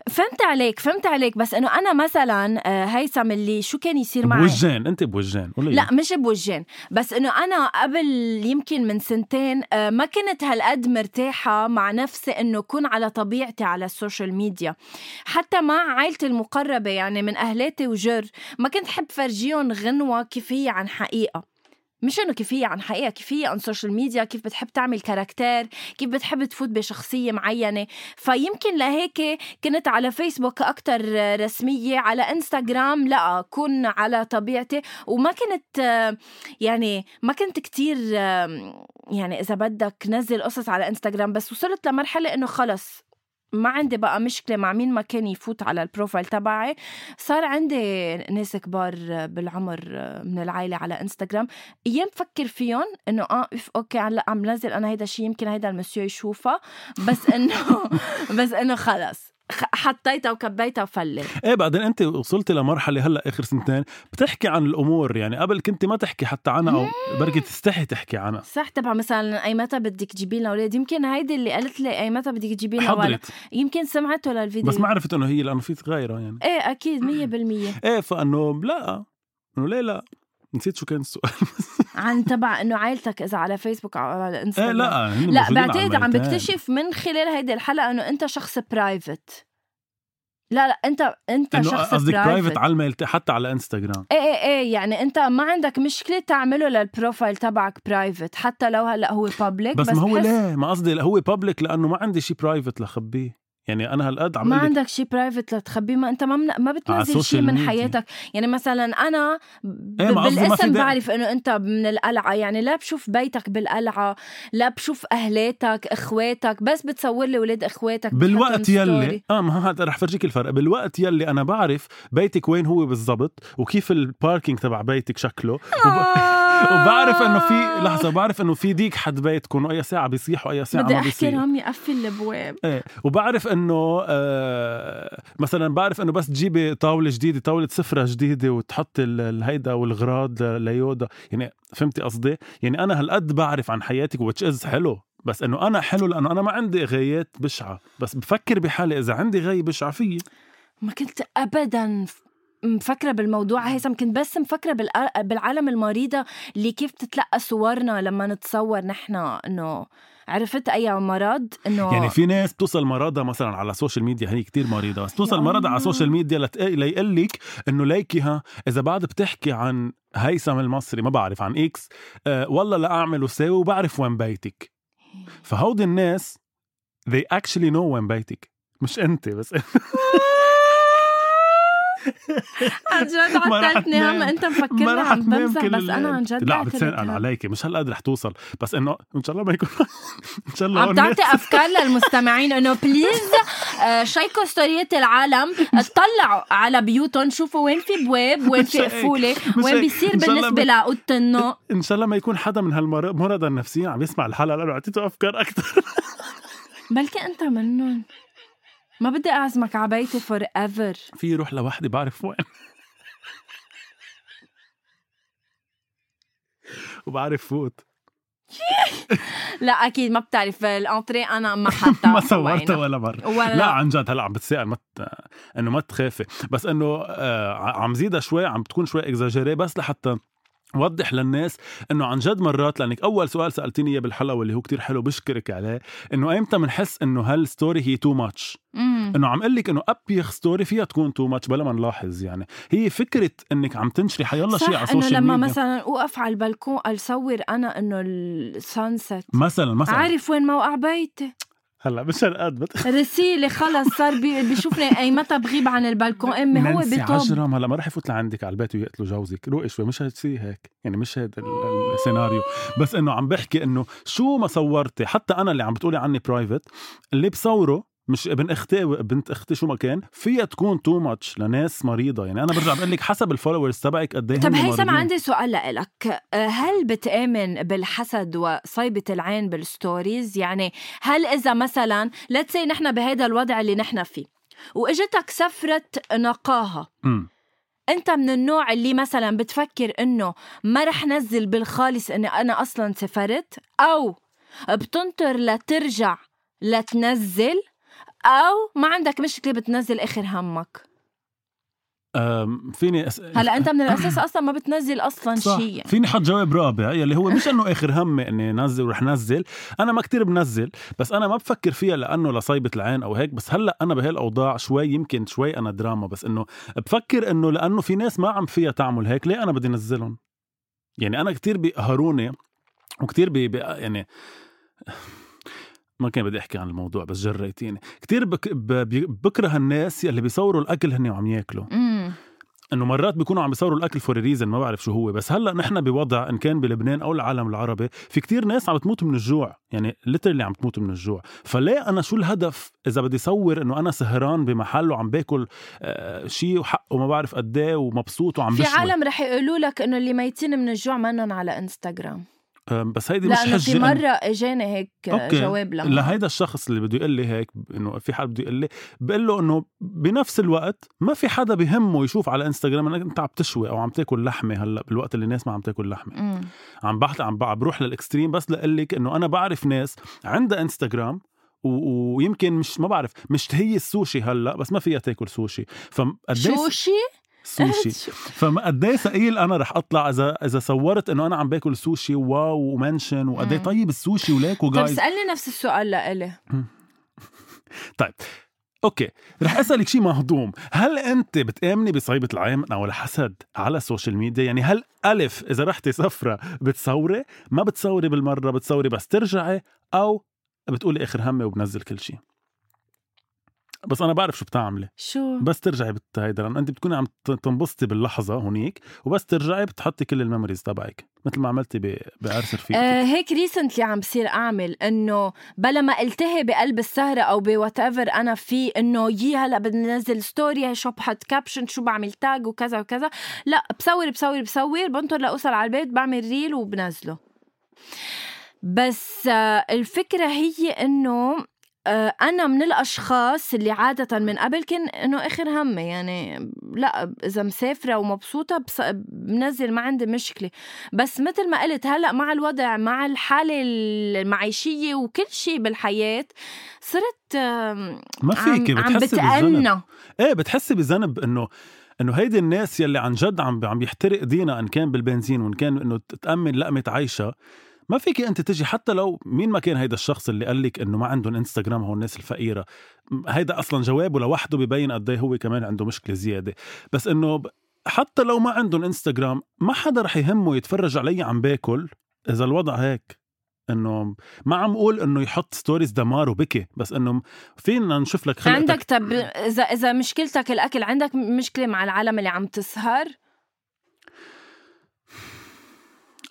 Speaker 1: فهمت عليك فهمت عليك بس انه انا مثلا آه، هيثم اللي شو كان يصير معي
Speaker 2: بوجهين انت بوجهين قولي
Speaker 1: لا مش بوجهين بس انه انا قبل يمكن من سنتين آه، ما كنت هالقد مرتاحه مع نفسي انه كون على طبيعتي على السوشيال ميديا حتى مع عائلتي المقربه يعني من اهلاتي وجر ما كنت حب فرجيهم غنوه كيف هي عن حقيقه مش انه كيف هي عن حقيقه كيف هي عن سوشيال ميديا كيف بتحب تعمل كاركتير كيف بتحب تفوت بشخصيه معينه فيمكن لهيك كنت على فيسبوك اكثر رسميه على انستغرام لا كون على طبيعتي وما كنت آه، يعني ما كنت كتير آه، يعني إذا بدك نزل قصص على انستغرام بس وصلت لمرحلة إنه خلص ما عندي بقى مشكلة مع مين ما كان يفوت على البروفايل تبعي صار عندي ناس كبار بالعمر من العائلة على انستغرام أيام بفكر فيهم إنه آه إف أوكي هلا عم نزل أنا هيدا الشيء يمكن هيدا المسيو يشوفها بس إنه بس إنه خلص خ- حطيتها وكبيتها وفلت
Speaker 2: ايه بعدين انت وصلتي لمرحله هلا اخر سنتين بتحكي عن الامور يعني قبل كنت ما تحكي حتى عنها او بركي تستحي تحكي عنها
Speaker 1: صح تبع مثلا اي متى بدك تجيبي لنا اولاد يمكن هيدي اللي قالت لي اي متى بدك تجيبي لنا ولد
Speaker 2: حضرت
Speaker 1: يمكن سمعته للفيديو
Speaker 2: بس ما عرفت انه هي لانه في غيرها يعني
Speaker 1: ايه اكيد 100%
Speaker 2: ايه فانه لا انه ليه لا نسيت شو كان السؤال
Speaker 1: عن تبع انه عائلتك اذا على فيسبوك او على
Speaker 2: ايه
Speaker 1: انستغرام
Speaker 2: لا هن
Speaker 1: لا
Speaker 2: موجودين على
Speaker 1: بعتقد عم
Speaker 2: الميلتين.
Speaker 1: بكتشف من خلال هيدي الحلقه انه انت شخص برايفت لا لا انت انت
Speaker 2: انه
Speaker 1: شخص
Speaker 2: قصدك برايفت
Speaker 1: برايفت
Speaker 2: على الميلت حتى على انستغرام
Speaker 1: ايه ايه ايه يعني انت ما عندك مشكله تعمله للبروفايل تبعك برايفت حتى لو هلا هو بابليك
Speaker 2: بس,
Speaker 1: بس,
Speaker 2: ما هو
Speaker 1: بحس
Speaker 2: ليه ما قصدي لا هو بابلك لانه ما عندي شيء برايفت لخبيه يعني انا هالقد عم
Speaker 1: ما
Speaker 2: أقول لك
Speaker 1: عندك شيء برايفت لتخبيه ما انت ما من... ما بتنزل شيء
Speaker 2: social
Speaker 1: من
Speaker 2: media.
Speaker 1: حياتك يعني مثلا انا ب...
Speaker 2: إيه، ما قصدي ما في
Speaker 1: بالاسم
Speaker 2: داعي.
Speaker 1: بعرف انه انت من القلعه يعني لا بشوف بيتك بالقلعه لا بشوف اهلاتك اخواتك بس بتصور لي ولاد اخواتك
Speaker 2: بالوقت
Speaker 1: بتحطهم
Speaker 2: يلي
Speaker 1: story.
Speaker 2: اه ما هذا رح فرجيك الفرق بالوقت يلي انا بعرف بيتك وين هو بالضبط وكيف الباركينج تبع بيتك شكله وب... وبعرف انه
Speaker 1: آه.
Speaker 2: في لحظه بعرف انه في ديك حد بيتكم واي ساعه بيصيح واي ساعه
Speaker 1: بدي
Speaker 2: ما
Speaker 1: احكي
Speaker 2: بيصيح
Speaker 1: لهم يقفل الابواب
Speaker 2: ايه وبعرف انه آه مثلا بعرف انه بس تجيبي طاوله جديده طاوله سفره جديده وتحطي ال- الهيدا والغراض ليودا يعني فهمتي قصدي يعني انا هالقد بعرف عن حياتك وتش از حلو بس انه انا حلو لانه انا ما عندي غايات بشعه بس بفكر بحالي اذا عندي غايه بشعه فيي
Speaker 1: ما كنت ابدا ف- مفكره بالموضوع هيثم كنت بس مفكره بالأ- بالعالم المريضه اللي كيف تتلقى صورنا لما نتصور نحن انه عرفت اي مرض انه
Speaker 2: يعني في ناس بتوصل مرضها مثلا على السوشيال ميديا هي كتير مريضه بس بتوصل
Speaker 1: يا
Speaker 2: مرضها
Speaker 1: الله.
Speaker 2: على السوشيال ميديا لت- ليقول لك انه ليكي ها اذا بعد بتحكي عن هيثم المصري ما بعرف عن اكس أه والله لا اعمل وساوي وبعرف وين بيتك فهودي الناس they actually know وين بيتك مش انت بس
Speaker 1: عن جد
Speaker 2: ما رح
Speaker 1: عطلتني هم
Speaker 2: تنام.
Speaker 1: انت
Speaker 2: ما
Speaker 1: مفكرني
Speaker 2: رح
Speaker 1: عم
Speaker 2: تنام
Speaker 1: بمزح
Speaker 2: كل
Speaker 1: بس انا
Speaker 2: الليل.
Speaker 1: عن جد
Speaker 2: لا عم
Speaker 1: اعترف
Speaker 2: بتسأل
Speaker 1: هاد.
Speaker 2: عليكي مش هالقد رح توصل بس انه ان شاء الله ما يكون ان شاء الله
Speaker 1: عم
Speaker 2: هون
Speaker 1: تعطي
Speaker 2: ناس-
Speaker 1: افكار للمستمعين انه بليز آه، شيكوا ستوريات العالم اطلعوا على بيوتهم شوفوا وين في بواب وين
Speaker 2: مش
Speaker 1: في
Speaker 2: هيك.
Speaker 1: قفوله
Speaker 2: مش
Speaker 1: وين
Speaker 2: هيك.
Speaker 1: بيصير
Speaker 2: إن شاء الله
Speaker 1: بالنسبه لاوضه النوم
Speaker 2: ان شاء الله ما يكون حدا من هالمرضى النفسيين عم يسمع الحلقه لانه اعطيته افكار اكثر
Speaker 1: بلكي انت منهم ما بدي اعزمك على بيتي فور ايفر
Speaker 2: في روح لوحدي بعرف وين وبعرف فوت
Speaker 1: لا اكيد ما بتعرف الانتري انا ما حتى
Speaker 2: ما صورتها ولا مره
Speaker 1: ولا
Speaker 2: لا
Speaker 1: لا
Speaker 2: عن جد هلا عم بتسأل ما ت... انه ما تخافي بس انه آه عم زيدها شوي عم تكون شوي اكزاجيري بس لحتى وضح للناس انه عن جد مرات لانك اول سؤال سالتيني اياه بالحلقه واللي هو كتير حلو بشكرك عليه انه ايمتى بنحس انه هالستوري هي تو ماتش
Speaker 1: مم.
Speaker 2: انه عم اقول لك انه ابيخ ستوري فيها تكون تو ماتش بلا ما نلاحظ يعني هي فكره انك عم تنشري حيالله شيء على
Speaker 1: صح انه
Speaker 2: السوشيال
Speaker 1: لما
Speaker 2: ميديا
Speaker 1: مثلا اوقف على البلكون اصور انا انه السانست
Speaker 2: مثلا مثلا
Speaker 1: عارف وين موقع بيتي
Speaker 2: هلا مش هالقد بت...
Speaker 1: رسيلة خلص صار بي- بيشوفني اي متى بغيب عن البلكون امي هو
Speaker 2: نانسي
Speaker 1: بيطب
Speaker 2: عجرم هلا ما رح يفوت لعندك على البيت ويقتلوا جوزك روقي شوي مش هتصير هيك يعني مش هيدا ال- السيناريو بس انه عم بحكي انه شو ما صورتي حتى انا اللي عم بتقولي عني برايفت اللي بصوره مش ابن اختي بنت اختي شو ما كان فيها تكون تو ماتش لناس مريضه يعني انا برجع بقول لك حسب الفولورز تبعك قد ايه
Speaker 1: طب
Speaker 2: هن
Speaker 1: هيثم
Speaker 2: مريضين.
Speaker 1: عندي سؤال لك هل بتآمن بالحسد وصيبة العين بالستوريز يعني هل إذا مثلا let's say نحن بهذا الوضع اللي نحن فيه وإجتك سفرة نقاهة
Speaker 2: أمم.
Speaker 1: انت من النوع اللي مثلا بتفكر انه ما رح نزل بالخالص اني انا اصلا سافرت او بتنطر لترجع لتنزل او ما عندك مشكله بتنزل اخر همك
Speaker 2: أم، فيني أس...
Speaker 1: هلا انت من الاساس اصلا ما بتنزل اصلا
Speaker 2: صح.
Speaker 1: شيء يعني.
Speaker 2: فيني حط جواب رابع يلي هو مش انه اخر همي اني نزل ورح نزل انا ما كتير بنزل بس انا ما بفكر فيها لانه لصيبه العين او هيك بس هلا انا بهالاوضاع شوي يمكن شوي انا دراما بس انه بفكر انه لانه في ناس ما عم فيها تعمل هيك ليه انا بدي نزلهم يعني انا كتير بيقهروني وكتير بي بي- يعني ما كان بدي احكي عن الموضوع بس جريتيني كتير بك ب- بي- بكره الناس يلي بيصوروا الاكل هن وعم ياكلوا
Speaker 1: امم
Speaker 2: انه مرات بيكونوا عم بيصوروا الاكل فور ريزن ما بعرف شو هو بس هلا نحن بوضع ان كان بلبنان او العالم العربي في كتير ناس عم تموت من الجوع يعني ليترلي عم تموت من الجوع فليه انا شو الهدف اذا بدي صور انه انا سهران بمحل وعم باكل آه شيء وحقه ما بعرف قد ايه ومبسوط وعم
Speaker 1: في
Speaker 2: بشوي
Speaker 1: عالم رح يقولوا لك انه اللي ميتين من الجوع منن على انستغرام
Speaker 2: أم، آه، بس هيدي مش
Speaker 1: لانه
Speaker 2: حجه
Speaker 1: في
Speaker 2: إنه-
Speaker 1: مره اجاني هيك
Speaker 2: أوكي.
Speaker 1: جواب لما
Speaker 2: لهيدا الشخص اللي بده يقول لي هيك انه في حدا بده يقول لي بقول له انه بنفس الوقت ما في حدا بهمه يشوف على انستغرام انك انت عم تشوي او عم تاكل لحمه هلا بالوقت اللي الناس ما عم تاكل لحمه
Speaker 1: مم.
Speaker 2: عم بحث عم ب- بروح للاكستريم بس لاقول لك انه انا بعرف ناس عندها انستغرام و- ويمكن مش ما بعرف مشتهية السوشي هلا بس ما فيها تاكل سوشي فقد
Speaker 1: شوشي
Speaker 2: سوشي فقد ايه ثقيل انا رح اطلع اذا اذا صورت انه انا عم باكل سوشي واو ومنشن وقد ايه
Speaker 1: مم.
Speaker 2: طيب السوشي وليكو
Speaker 1: طب
Speaker 2: جايز
Speaker 1: اسالني نفس السؤال لإلي
Speaker 2: اوكي طيب، رح اسالك شيء مهضوم هل انت بتامني بصيبه العين او الحسد على السوشيال ميديا يعني هل الف اذا رحتي سفره بتصوري ما بتصوري بالمره بتصوري بس ترجعي او بتقولي اخر همي وبنزل كل شيء بس انا بعرف شو بتعملي
Speaker 1: شو
Speaker 2: بس ترجعي بت- هيدا لانه انت بتكوني عم ت- تنبسطي باللحظه هونيك وبس ترجعي بتحطي كل الميموريز تبعك مثل ما عملتي ب- بعرس رفيقتك
Speaker 1: آه هيك ريسنتلي عم بصير اعمل انه بلا ما التهي بقلب السهره او بوات ايفر انا في انه يي هلا بدي ننزل ستوري شو بحط كابشن شو بعمل تاج وكذا وكذا لا بصور بصور بصور بنطر لاوصل على البيت بعمل ريل وبنزله بس آه الفكره هي انه آه، أنا من الأشخاص اللي عادة من قبل كان إنه آخر همي يعني لا إذا مسافرة ومبسوطة بس بنزل ما عندي مشكلة بس مثل ما قلت هلا مع الوضع مع الحالة المعيشية وكل شيء بالحياة صرت آم،
Speaker 2: ما
Speaker 1: عم,
Speaker 2: فيكي
Speaker 1: عم
Speaker 2: بتحسي بالذنب
Speaker 1: بتأنى
Speaker 2: ايه بتحسي بذنب انه انه هيدي الناس يلي عن جد عم عم يحترق دينا ان كان بالبنزين وان كان انه تامن لقمه عيشها ما فيك انت تجي حتى لو مين ما كان هيدا الشخص اللي قال لك انه ما عندهم انستغرام هو الناس الفقيره م- هيدا اصلا جوابه لوحده ببين قد إيه هو كمان عنده مشكله زياده بس انه ب- حتى لو ما عندهم انستغرام ما حدا رح يهمه يتفرج علي عم باكل اذا الوضع هيك انه ما عم اقول انه يحط ستوريز دمار وبكي بس انه فينا نشوف لك خلقتك
Speaker 1: عندك طب إذا إذا مشكلتك الأكل عندك مشكلة مع العالم اللي عم تسهر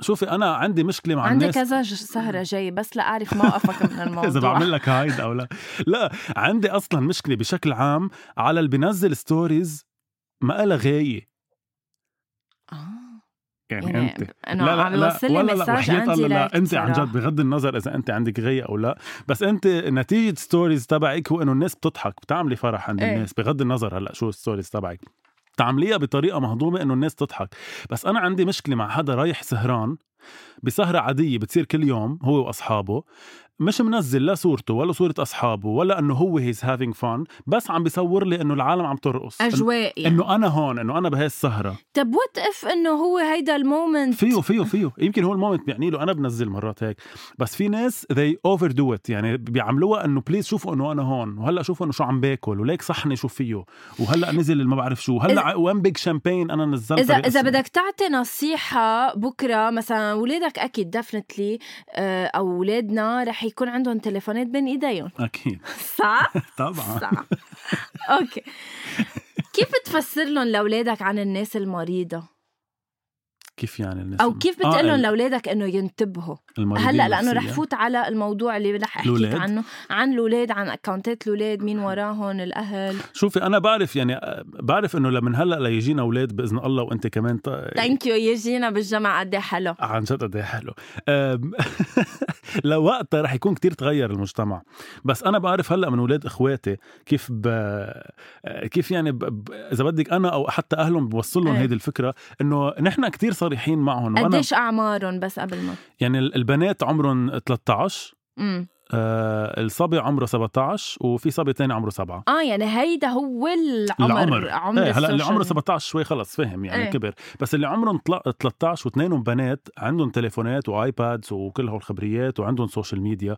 Speaker 2: شوفي انا عندي مشكله مع
Speaker 1: عندي
Speaker 2: الناس
Speaker 1: كذا ج- سهرة جاي بس لأعرف موقفك من الموضوع
Speaker 2: اذا بعمل لك هايد او لا لا عندي اصلا مشكله بشكل عام على اللي بنزل ستوريز ما لها غايه
Speaker 1: آه،
Speaker 2: يعني,
Speaker 1: يعني
Speaker 2: انت
Speaker 1: أنا عم يوصل لي
Speaker 2: ولا لا
Speaker 1: مساج
Speaker 2: وحياة
Speaker 1: عندي
Speaker 2: الله
Speaker 1: لايك
Speaker 2: لا انت عن
Speaker 1: صراحة.
Speaker 2: جد بغض النظر اذا انت عندك غايه او لا بس انت نتيجه ستوريز تبعك هو انه الناس بتضحك بتعملي فرح عند
Speaker 1: ايه.
Speaker 2: الناس بغض النظر هلا شو الستوريز تبعك تعمليها بطريقه مهضومه انه الناس تضحك بس انا عندي مشكله مع حدا رايح سهران بسهره عاديه بتصير كل يوم هو واصحابه مش منزل لا صورته ولا صورة أصحابه ولا إنه هو هيز هافينج فان بس عم بيصور لي إنه العالم عم ترقص إنه-
Speaker 1: أجواء يعني
Speaker 2: إنه أنا هون إنه أنا بهي السهرة
Speaker 1: طب وات اف انه هو هيدا المومنت
Speaker 2: فيه فيه فيه يمكن هو المومنت بيعني له انا بنزل مرات هيك بس في ناس they overdo it يعني بيعملوها انه بليز شوفوا انه انا هون وهلا شوفوا انه شو عم باكل وليك صحني شو فيه وهلا نزل اللي ما بعرف شو هلا وين بيج شامبين انا نزلت
Speaker 1: اذا اذا بدك تعطي نصيحه بكره مثلا اولادك اكيد دفنتلي او اولادنا آه، رح يكون عندهم تليفونات بين ايديهم
Speaker 2: اكيد
Speaker 1: صح
Speaker 2: طبعا
Speaker 1: صح اوكي كيف بتفسر لهم لاولادك عن الناس المريضه
Speaker 2: كيف يعني الناس
Speaker 1: او كيف بتقول لهم لاولادك انه ينتبهوا
Speaker 2: المريضين
Speaker 1: هلا لانه رح
Speaker 2: نفسياً؟
Speaker 1: فوت على الموضوع اللي رح احكيك
Speaker 2: الولاد؟
Speaker 1: عنه عن الاولاد عن اكونتات الاولاد مين وراهم الاهل
Speaker 2: شوفي انا بعرف يعني آه، بعرف انه لمن هلا ليجينا اولاد باذن الله وانت كمان ط-
Speaker 1: ثانك يو يجينا بالجمعه قد إيه حلو
Speaker 2: عن جد قد إيه حلو أم، لوقتها رح يكون كتير تغير المجتمع بس انا بعرف هلا من اولاد اخواتي كيف ب... آه، كيف يعني ب... ب... اذا بدك انا او حتى اهلهم بوصل لهم
Speaker 1: إيه.
Speaker 2: هيدي الفكره انه نحن كتير صريحين معهم وانا
Speaker 1: قديش اعمارهم بس قبل ما
Speaker 2: يعني ال- البنات عمرهم 13
Speaker 1: امم
Speaker 2: آه، الصبي عمره 17 وفي صبي تاني عمره 7
Speaker 1: اه يعني هيدا هو العمر عمر
Speaker 2: ايه هلا اللي
Speaker 1: السوشيال
Speaker 2: عمره 17 شوي خلص فهم يعني
Speaker 1: إيه.
Speaker 2: ايه. كبر بس اللي عمرهم طل- 13 واثنينهم بنات عندهم تليفونات وايبادز وكل هالخبريات وعندهم سوشيال ميديا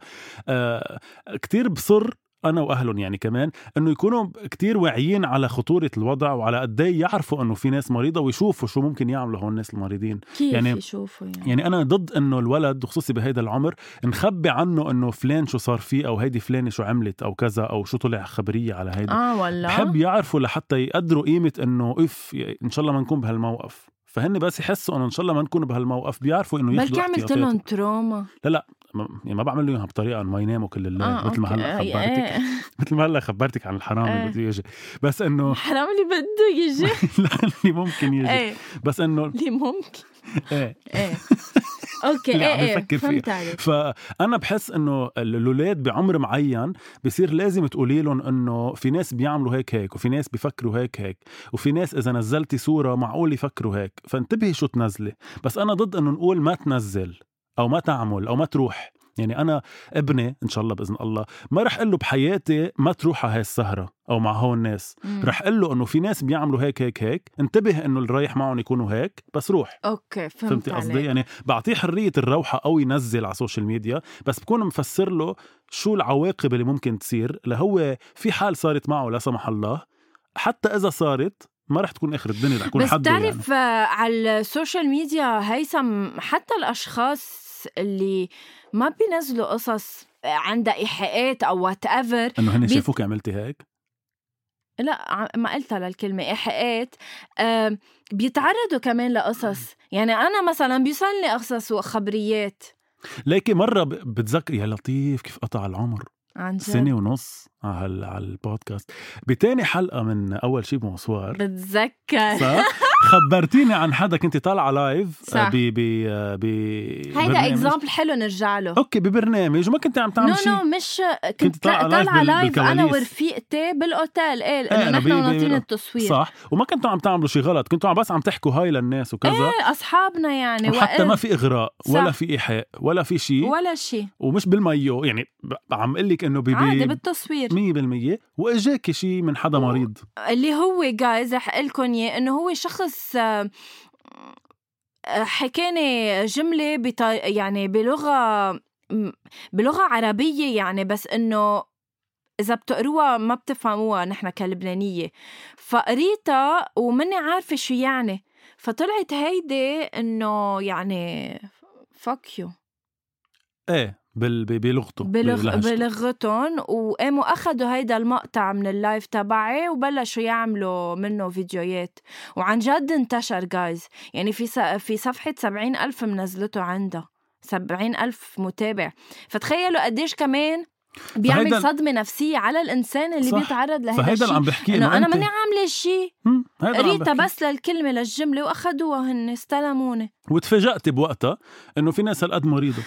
Speaker 2: آه كتير بصر انا واهلهم يعني كمان انه يكونوا كتير واعيين على خطوره الوضع وعلى قد ايه يعرفوا انه في ناس مريضه ويشوفوا شو ممكن يعملوا هون الناس المريضين
Speaker 1: كيف
Speaker 2: يعني-
Speaker 1: يشوفوا يعني,
Speaker 2: يعني انا ضد انه الولد خصوصي بهيدا العمر نخبي عنه انه فلان شو صار فيه او هيدي فلانه شو عملت او كذا او شو طلع خبريه على هيدا
Speaker 1: اه والله
Speaker 2: يعني بحب يعرفوا لحتى يقدروا قيمة إنه إف إن شاء الله ما نكون بهالموقف فهن بس يحسوا إنه إن شاء الله ما نكون بهالموقف بيعرفوا إنه ياخذوا
Speaker 1: بلكي عملت
Speaker 2: احتياطات.
Speaker 1: لهم تروما
Speaker 2: ما- يعني ما بعمل لهم بطريقة إنه ما يناموا كل الليل
Speaker 1: اه
Speaker 2: مثل ما هلا
Speaker 1: أوكي. آه،
Speaker 2: خبرتك
Speaker 1: إيه.
Speaker 2: مثل ما هلا خبرتك عن الحرام
Speaker 1: إيه.
Speaker 2: اللي بده يجي بس إنه
Speaker 1: حرام اللي بده يجي
Speaker 2: لا اللي ممكن يجي
Speaker 1: ايه
Speaker 2: بس إنه
Speaker 1: اللي ممكن
Speaker 2: إيه
Speaker 1: ايه اوكي
Speaker 2: اللي
Speaker 1: ايه
Speaker 2: عم
Speaker 1: ايه
Speaker 2: بفكر فيها.
Speaker 1: فهمت عليك
Speaker 2: فانا بحس انه الاولاد بعمر معين بصير لازم تقولي لهم انه في ناس بيعملوا هيك هيك وفي ناس بيفكروا هيك هيك وفي ناس اذا نزلتي صوره معقول يفكروا هيك فانتبهي شو تنزلي بس انا ضد انه نقول ما تنزل او ما تعمل او ما تروح يعني انا ابني ان شاء الله باذن الله ما رح اقول له بحياتي ما تروح على هاي السهره او مع هون الناس
Speaker 1: مم.
Speaker 2: رح اقول له انه في ناس بيعملوا هيك هيك هيك انتبه انه اللي رايح معهم يكونوا هيك بس روح
Speaker 1: اوكي فهمت,
Speaker 2: فهمتي
Speaker 1: عليك.
Speaker 2: قصدي يعني بعطيه حريه الروحه او ينزل على السوشيال ميديا بس بكون مفسر له شو العواقب اللي ممكن تصير لهو في حال صارت معه لا سمح الله حتى اذا صارت ما رح تكون اخر الدنيا رح تكون
Speaker 1: بس
Speaker 2: حده يعني.
Speaker 1: بتعرف آه، على السوشيال ميديا هيثم حتى الاشخاص اللي ما بينزلوا قصص عندها ايحاءات او وات ايفر
Speaker 2: انه هن
Speaker 1: بيت-
Speaker 2: شافوك عملتي هيك
Speaker 1: لا ع- ما قلتها للكلمه ايحاءات آه، بيتعرضوا كمان
Speaker 2: آه.
Speaker 1: لقصص يعني انا مثلا بيوصلني قصص وخبريات
Speaker 2: ليكي مره ب- بتذكري يا لطيف كيف قطع العمر
Speaker 1: عن جد
Speaker 2: سنه ونص على هال- على البودكاست بتاني حلقه من اول شيء بونسوار
Speaker 1: بتذكر
Speaker 2: صح خبرتيني عن حدا كنت طالعه لايف
Speaker 1: صح.
Speaker 2: ب آه، ب آه، ب
Speaker 1: هيدا
Speaker 2: برنامج.
Speaker 1: اكزامبل حلو نرجع له
Speaker 2: اوكي ببرنامج وما كنت عم
Speaker 1: نو
Speaker 2: تعمل شيء
Speaker 1: نو مش
Speaker 2: كنت
Speaker 1: كنت
Speaker 2: طالعة لايف
Speaker 1: طالعه
Speaker 2: بال-
Speaker 1: لايف انا
Speaker 2: بالكواليس.
Speaker 1: ورفيقتي بالاوتيل ايه
Speaker 2: إيه، أنا
Speaker 1: لانه نحن
Speaker 2: بي- بي-
Speaker 1: ناطرين
Speaker 2: بال-
Speaker 1: التصوير
Speaker 2: صح وما كنتوا عم تعملوا شيء غلط كنتوا عم بس عم تحكوا هاي للناس وكذا
Speaker 1: ايه اصحابنا يعني
Speaker 2: وحتى
Speaker 1: وقت-
Speaker 2: ما في اغراء
Speaker 1: صح.
Speaker 2: ولا في ايحاء ولا في شيء
Speaker 1: ولا شيء
Speaker 2: ومش بالميو يعني ب- عم اقول لك انه
Speaker 1: عادي
Speaker 2: بيبي
Speaker 1: بالتصوير
Speaker 2: 100% واجاك شيء من حدا مريض
Speaker 1: اللي هو جايز رح اقول لكم اياه انه هو شخص آه، آه، حكاني جمله بط... يعني بلغه م- بلغه عربيه يعني بس انه إذا بتقروها ما بتفهموها نحن كلبنانية فقريتها وماني عارفة شو يعني فطلعت هيدي إنه يعني فك يو
Speaker 2: ايه بال ب- بلغته
Speaker 1: بلغ...
Speaker 2: بلهجته.
Speaker 1: بلغتهم وقاموا اخذوا هيدا المقطع من اللايف تبعي وبلشوا يعملوا منه فيديوهات وعن جد انتشر جايز يعني في س... في صفحه سبعين ألف منزلته عندها سبعين ألف متابع فتخيلوا قديش كمان بيعمل
Speaker 2: فهيدا-
Speaker 1: صدمة نفسية على الإنسان اللي
Speaker 2: صح.
Speaker 1: بيتعرض لهيدا
Speaker 2: فهيدا اللي
Speaker 1: الشيء
Speaker 2: عم بحكيه
Speaker 1: إنه أنا
Speaker 2: أنت-
Speaker 1: ماني عاملة شيء
Speaker 2: مم، هيدا اللي عم
Speaker 1: قريتها
Speaker 2: بحكيه.
Speaker 1: بس للكلمة للجملة وأخدوها هن استلموني
Speaker 2: وتفاجأت بوقتها انه في ناس هالقد مريضه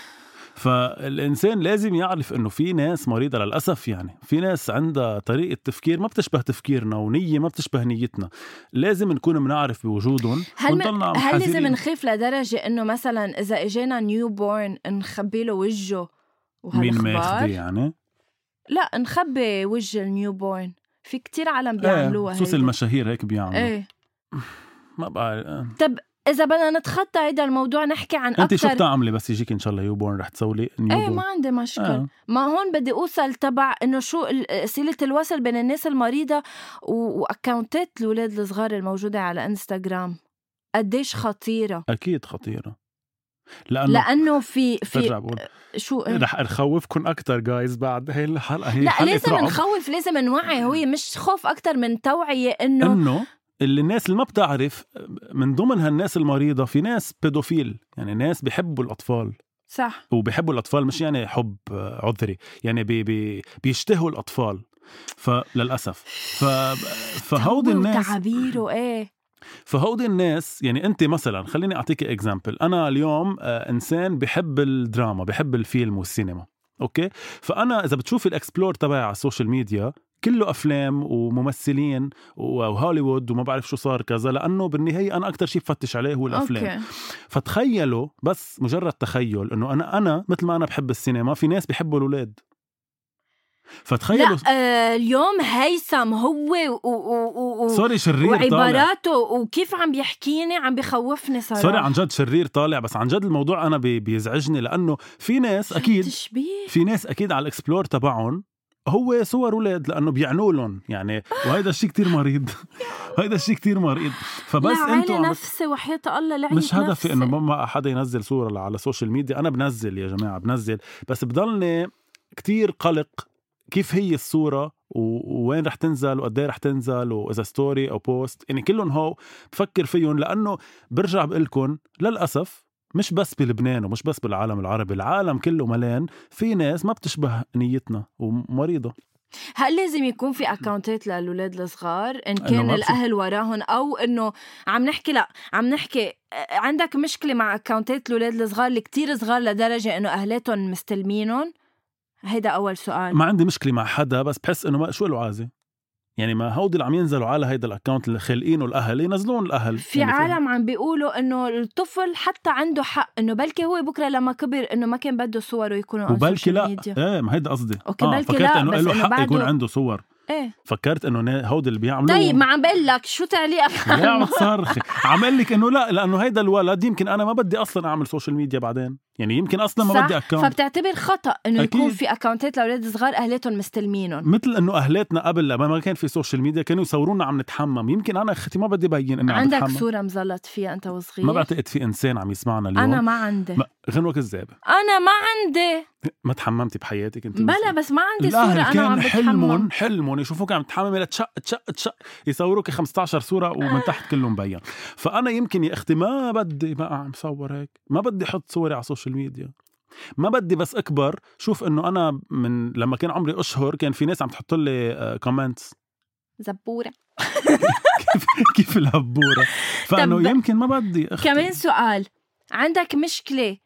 Speaker 2: فالانسان لازم يعرف انه في ناس مريضه للاسف يعني في ناس عندها طريقه تفكير ما بتشبه تفكيرنا ونيه ما بتشبه نيتنا لازم نكون منعرف بوجودهم
Speaker 1: هل من-
Speaker 2: ونضلنا عم
Speaker 1: هل لازم
Speaker 2: حذرين.
Speaker 1: نخاف لدرجة إنه مثلا إذا إجينا نيو بورن نخبي له وجهه
Speaker 2: مين ما
Speaker 1: وهالأخبار
Speaker 2: ياخذه يعني
Speaker 1: لا نخبي وجه النيو بورن في كتير عالم
Speaker 2: إيه،
Speaker 1: بيعملوها
Speaker 2: خصوص
Speaker 1: هيدا.
Speaker 2: المشاهير هيك بيعملوا
Speaker 1: ايه
Speaker 2: ما بقى إيه.
Speaker 1: إذا بدنا نتخطى هيدا الموضوع نحكي عن
Speaker 2: انت شو
Speaker 1: أكتر
Speaker 2: بتعملي بس يجيك ان شاء الله يوبورن رح تسولي
Speaker 1: ايه
Speaker 2: نيوبورن
Speaker 1: ما عندي مشكل
Speaker 2: آه.
Speaker 1: ما هون بدي اوصل تبع انه شو ال- وسيله الوصل بين الناس المريضه و- واكونتات الاولاد الصغار الموجوده على انستغرام قديش خطيره
Speaker 2: اكيد خطيره لانه
Speaker 1: لانه في
Speaker 2: برجع
Speaker 1: في
Speaker 2: بقول
Speaker 1: شو إيه؟
Speaker 2: رح نخوفكم اكثر جايز بعد هي الحلقه هي
Speaker 1: لا
Speaker 2: حلقة
Speaker 1: لازم
Speaker 2: رعب.
Speaker 1: نخوف لازم نوعي هو مش خوف اكثر من توعيه انه
Speaker 2: انه اللي الناس اللي ما بتعرف من ضمن هالناس المريضه في ناس بيدوفيل يعني ناس بيحبوا الاطفال
Speaker 1: صح
Speaker 2: وبيحبوا الاطفال مش يعني حب آه، عذري يعني بي بي بيشتهوا الاطفال فللاسف ف فهودي الناس
Speaker 1: تعابيره ايه
Speaker 2: فهودي الناس يعني انت مثلا خليني اعطيك اكزامبل انا اليوم آه، انسان بحب الدراما بحب الفيلم والسينما اوكي فانا اذا بتشوفي الاكسبلور تبعي على السوشيال ميديا كله افلام وممثلين و- وهوليوود وما بعرف شو صار كذا لانه بالنهايه انا اكثر شيء بفتش عليه هو الافلام
Speaker 1: اوكي
Speaker 2: فتخيلوا بس مجرد تخيل انه انا انا مثل ما انا بحب السينما في ناس بحبوا الاولاد فتخيلوا
Speaker 1: لا آه اليوم هيثم هو و و و و
Speaker 2: سوري شرير طالع
Speaker 1: وعباراته وكيف عم بيحكيني عم بخوفني صراحه
Speaker 2: سوري عن جد شرير طالع بس عن جد الموضوع انا بي- بيزعجني لانه في ناس اكيد
Speaker 1: تشبيه
Speaker 2: في ناس اكيد على الاكسبلور تبعهم هو صور اولاد لانه بيعنوا لهم يعني وهيدا الشيء كتير مريض هيدا الشيء كتير مريض فبس
Speaker 1: لا
Speaker 2: انتوا
Speaker 1: عيلة
Speaker 2: عم
Speaker 1: نفسي وحياة الله لعنة
Speaker 2: مش هدفي
Speaker 1: نفسي.
Speaker 2: انه ما حدا ينزل صوره على السوشيال ميديا انا بنزل يا جماعه بنزل بس بضلني كتير قلق كيف هي الصوره و- ووين رح تنزل وقد ايه رح تنزل واذا ستوري او بوست يعني كلهم هو بفكر فيهم لانه برجع بقول لكم للاسف مش بس بلبنان ومش بس بالعالم العربي العالم كله ملان في ناس ما بتشبه نيتنا ومريضه
Speaker 1: هل لازم يكون في اكونتات للاولاد الصغار ان
Speaker 2: إنه
Speaker 1: كان
Speaker 2: ما بصير.
Speaker 1: الاهل وراهم او انه عم نحكي لا عم نحكي آه، عندك مشكله مع اكونتات الاولاد الصغار اللي كتير صغار لدرجه انه اهلاتهم مستلمينهم هيدا اول سؤال
Speaker 2: ما عندي مشكله مع حدا بس بحس انه ما شو له عازه يعني ما هودي اللي عم ينزلوا على هيدا الاكونت اللي خالقينه الاهل ينزلون الاهل
Speaker 1: في
Speaker 2: يعني
Speaker 1: عالم عم بيقولوا انه الطفل حتى عنده حق انه بلكي هو بكره لما كبر انه ما كان بده صوره يكونوا على
Speaker 2: وبلكي
Speaker 1: السوشيال
Speaker 2: لا
Speaker 1: ميديا.
Speaker 2: ايه ما هيدا قصدي
Speaker 1: آه، أوكي، بلكي
Speaker 2: فكرت
Speaker 1: لا،
Speaker 2: انه
Speaker 1: بس
Speaker 2: له
Speaker 1: إنه
Speaker 2: حق
Speaker 1: بعده-
Speaker 2: يكون عنده صور
Speaker 1: ايه
Speaker 2: فكرت انه نا- هودي اللي بيعملوه
Speaker 1: طيب ما عم بقول لك شو تعليقك
Speaker 2: يا عم
Speaker 1: عنه؟
Speaker 2: تصرخي عم قال لك انه لا لانه هيدا الولد يمكن انا ما بدي اصلا اعمل سوشيال ميديا بعدين يعني يمكن اصلا ما
Speaker 1: صح؟
Speaker 2: بدي اكونت
Speaker 1: فبتعتبر خطا انه يكون
Speaker 2: أكيد.
Speaker 1: في اكونتات لاولاد صغار اهلاتهم مستلمينهم
Speaker 2: مثل انه اهلاتنا قبل لما ما كان في سوشيال ميديا كانوا يصورونا عم نتحمم يمكن انا اختي ما بدي بين اني عم
Speaker 1: عندك
Speaker 2: نتحمم
Speaker 1: صوره مزلط فيها انت وصغير
Speaker 2: نعم، ما بعتقد في انسان عم يسمعنا اليوم
Speaker 1: انا ما عندي
Speaker 2: ما- غنوة كذابة
Speaker 1: انا ما عندي
Speaker 2: ما تحممتي بحياتك انت
Speaker 1: بلا بس ما عندي صوره
Speaker 2: الاهل
Speaker 1: انا عم
Speaker 2: كان
Speaker 1: بتحمم
Speaker 2: حلمهم حلمهم يشوفوك عم تحمم تشق تشق تشق يصوروك 15 صوره ومن تحت كله مبين فانا يمكن يا اختي ما بدي بقى عم صور هيك ما بدي احط صوري على السوشيال ميديا ما بدي بس اكبر شوف انه انا من لما كان عمري اشهر كان في ناس عم تحط لي آه، كومنتس
Speaker 1: زبوره
Speaker 2: كيف الهبوره
Speaker 1: طب-
Speaker 2: فانه يمكن ما بدي اختي
Speaker 1: كمان سؤال عندك مشكله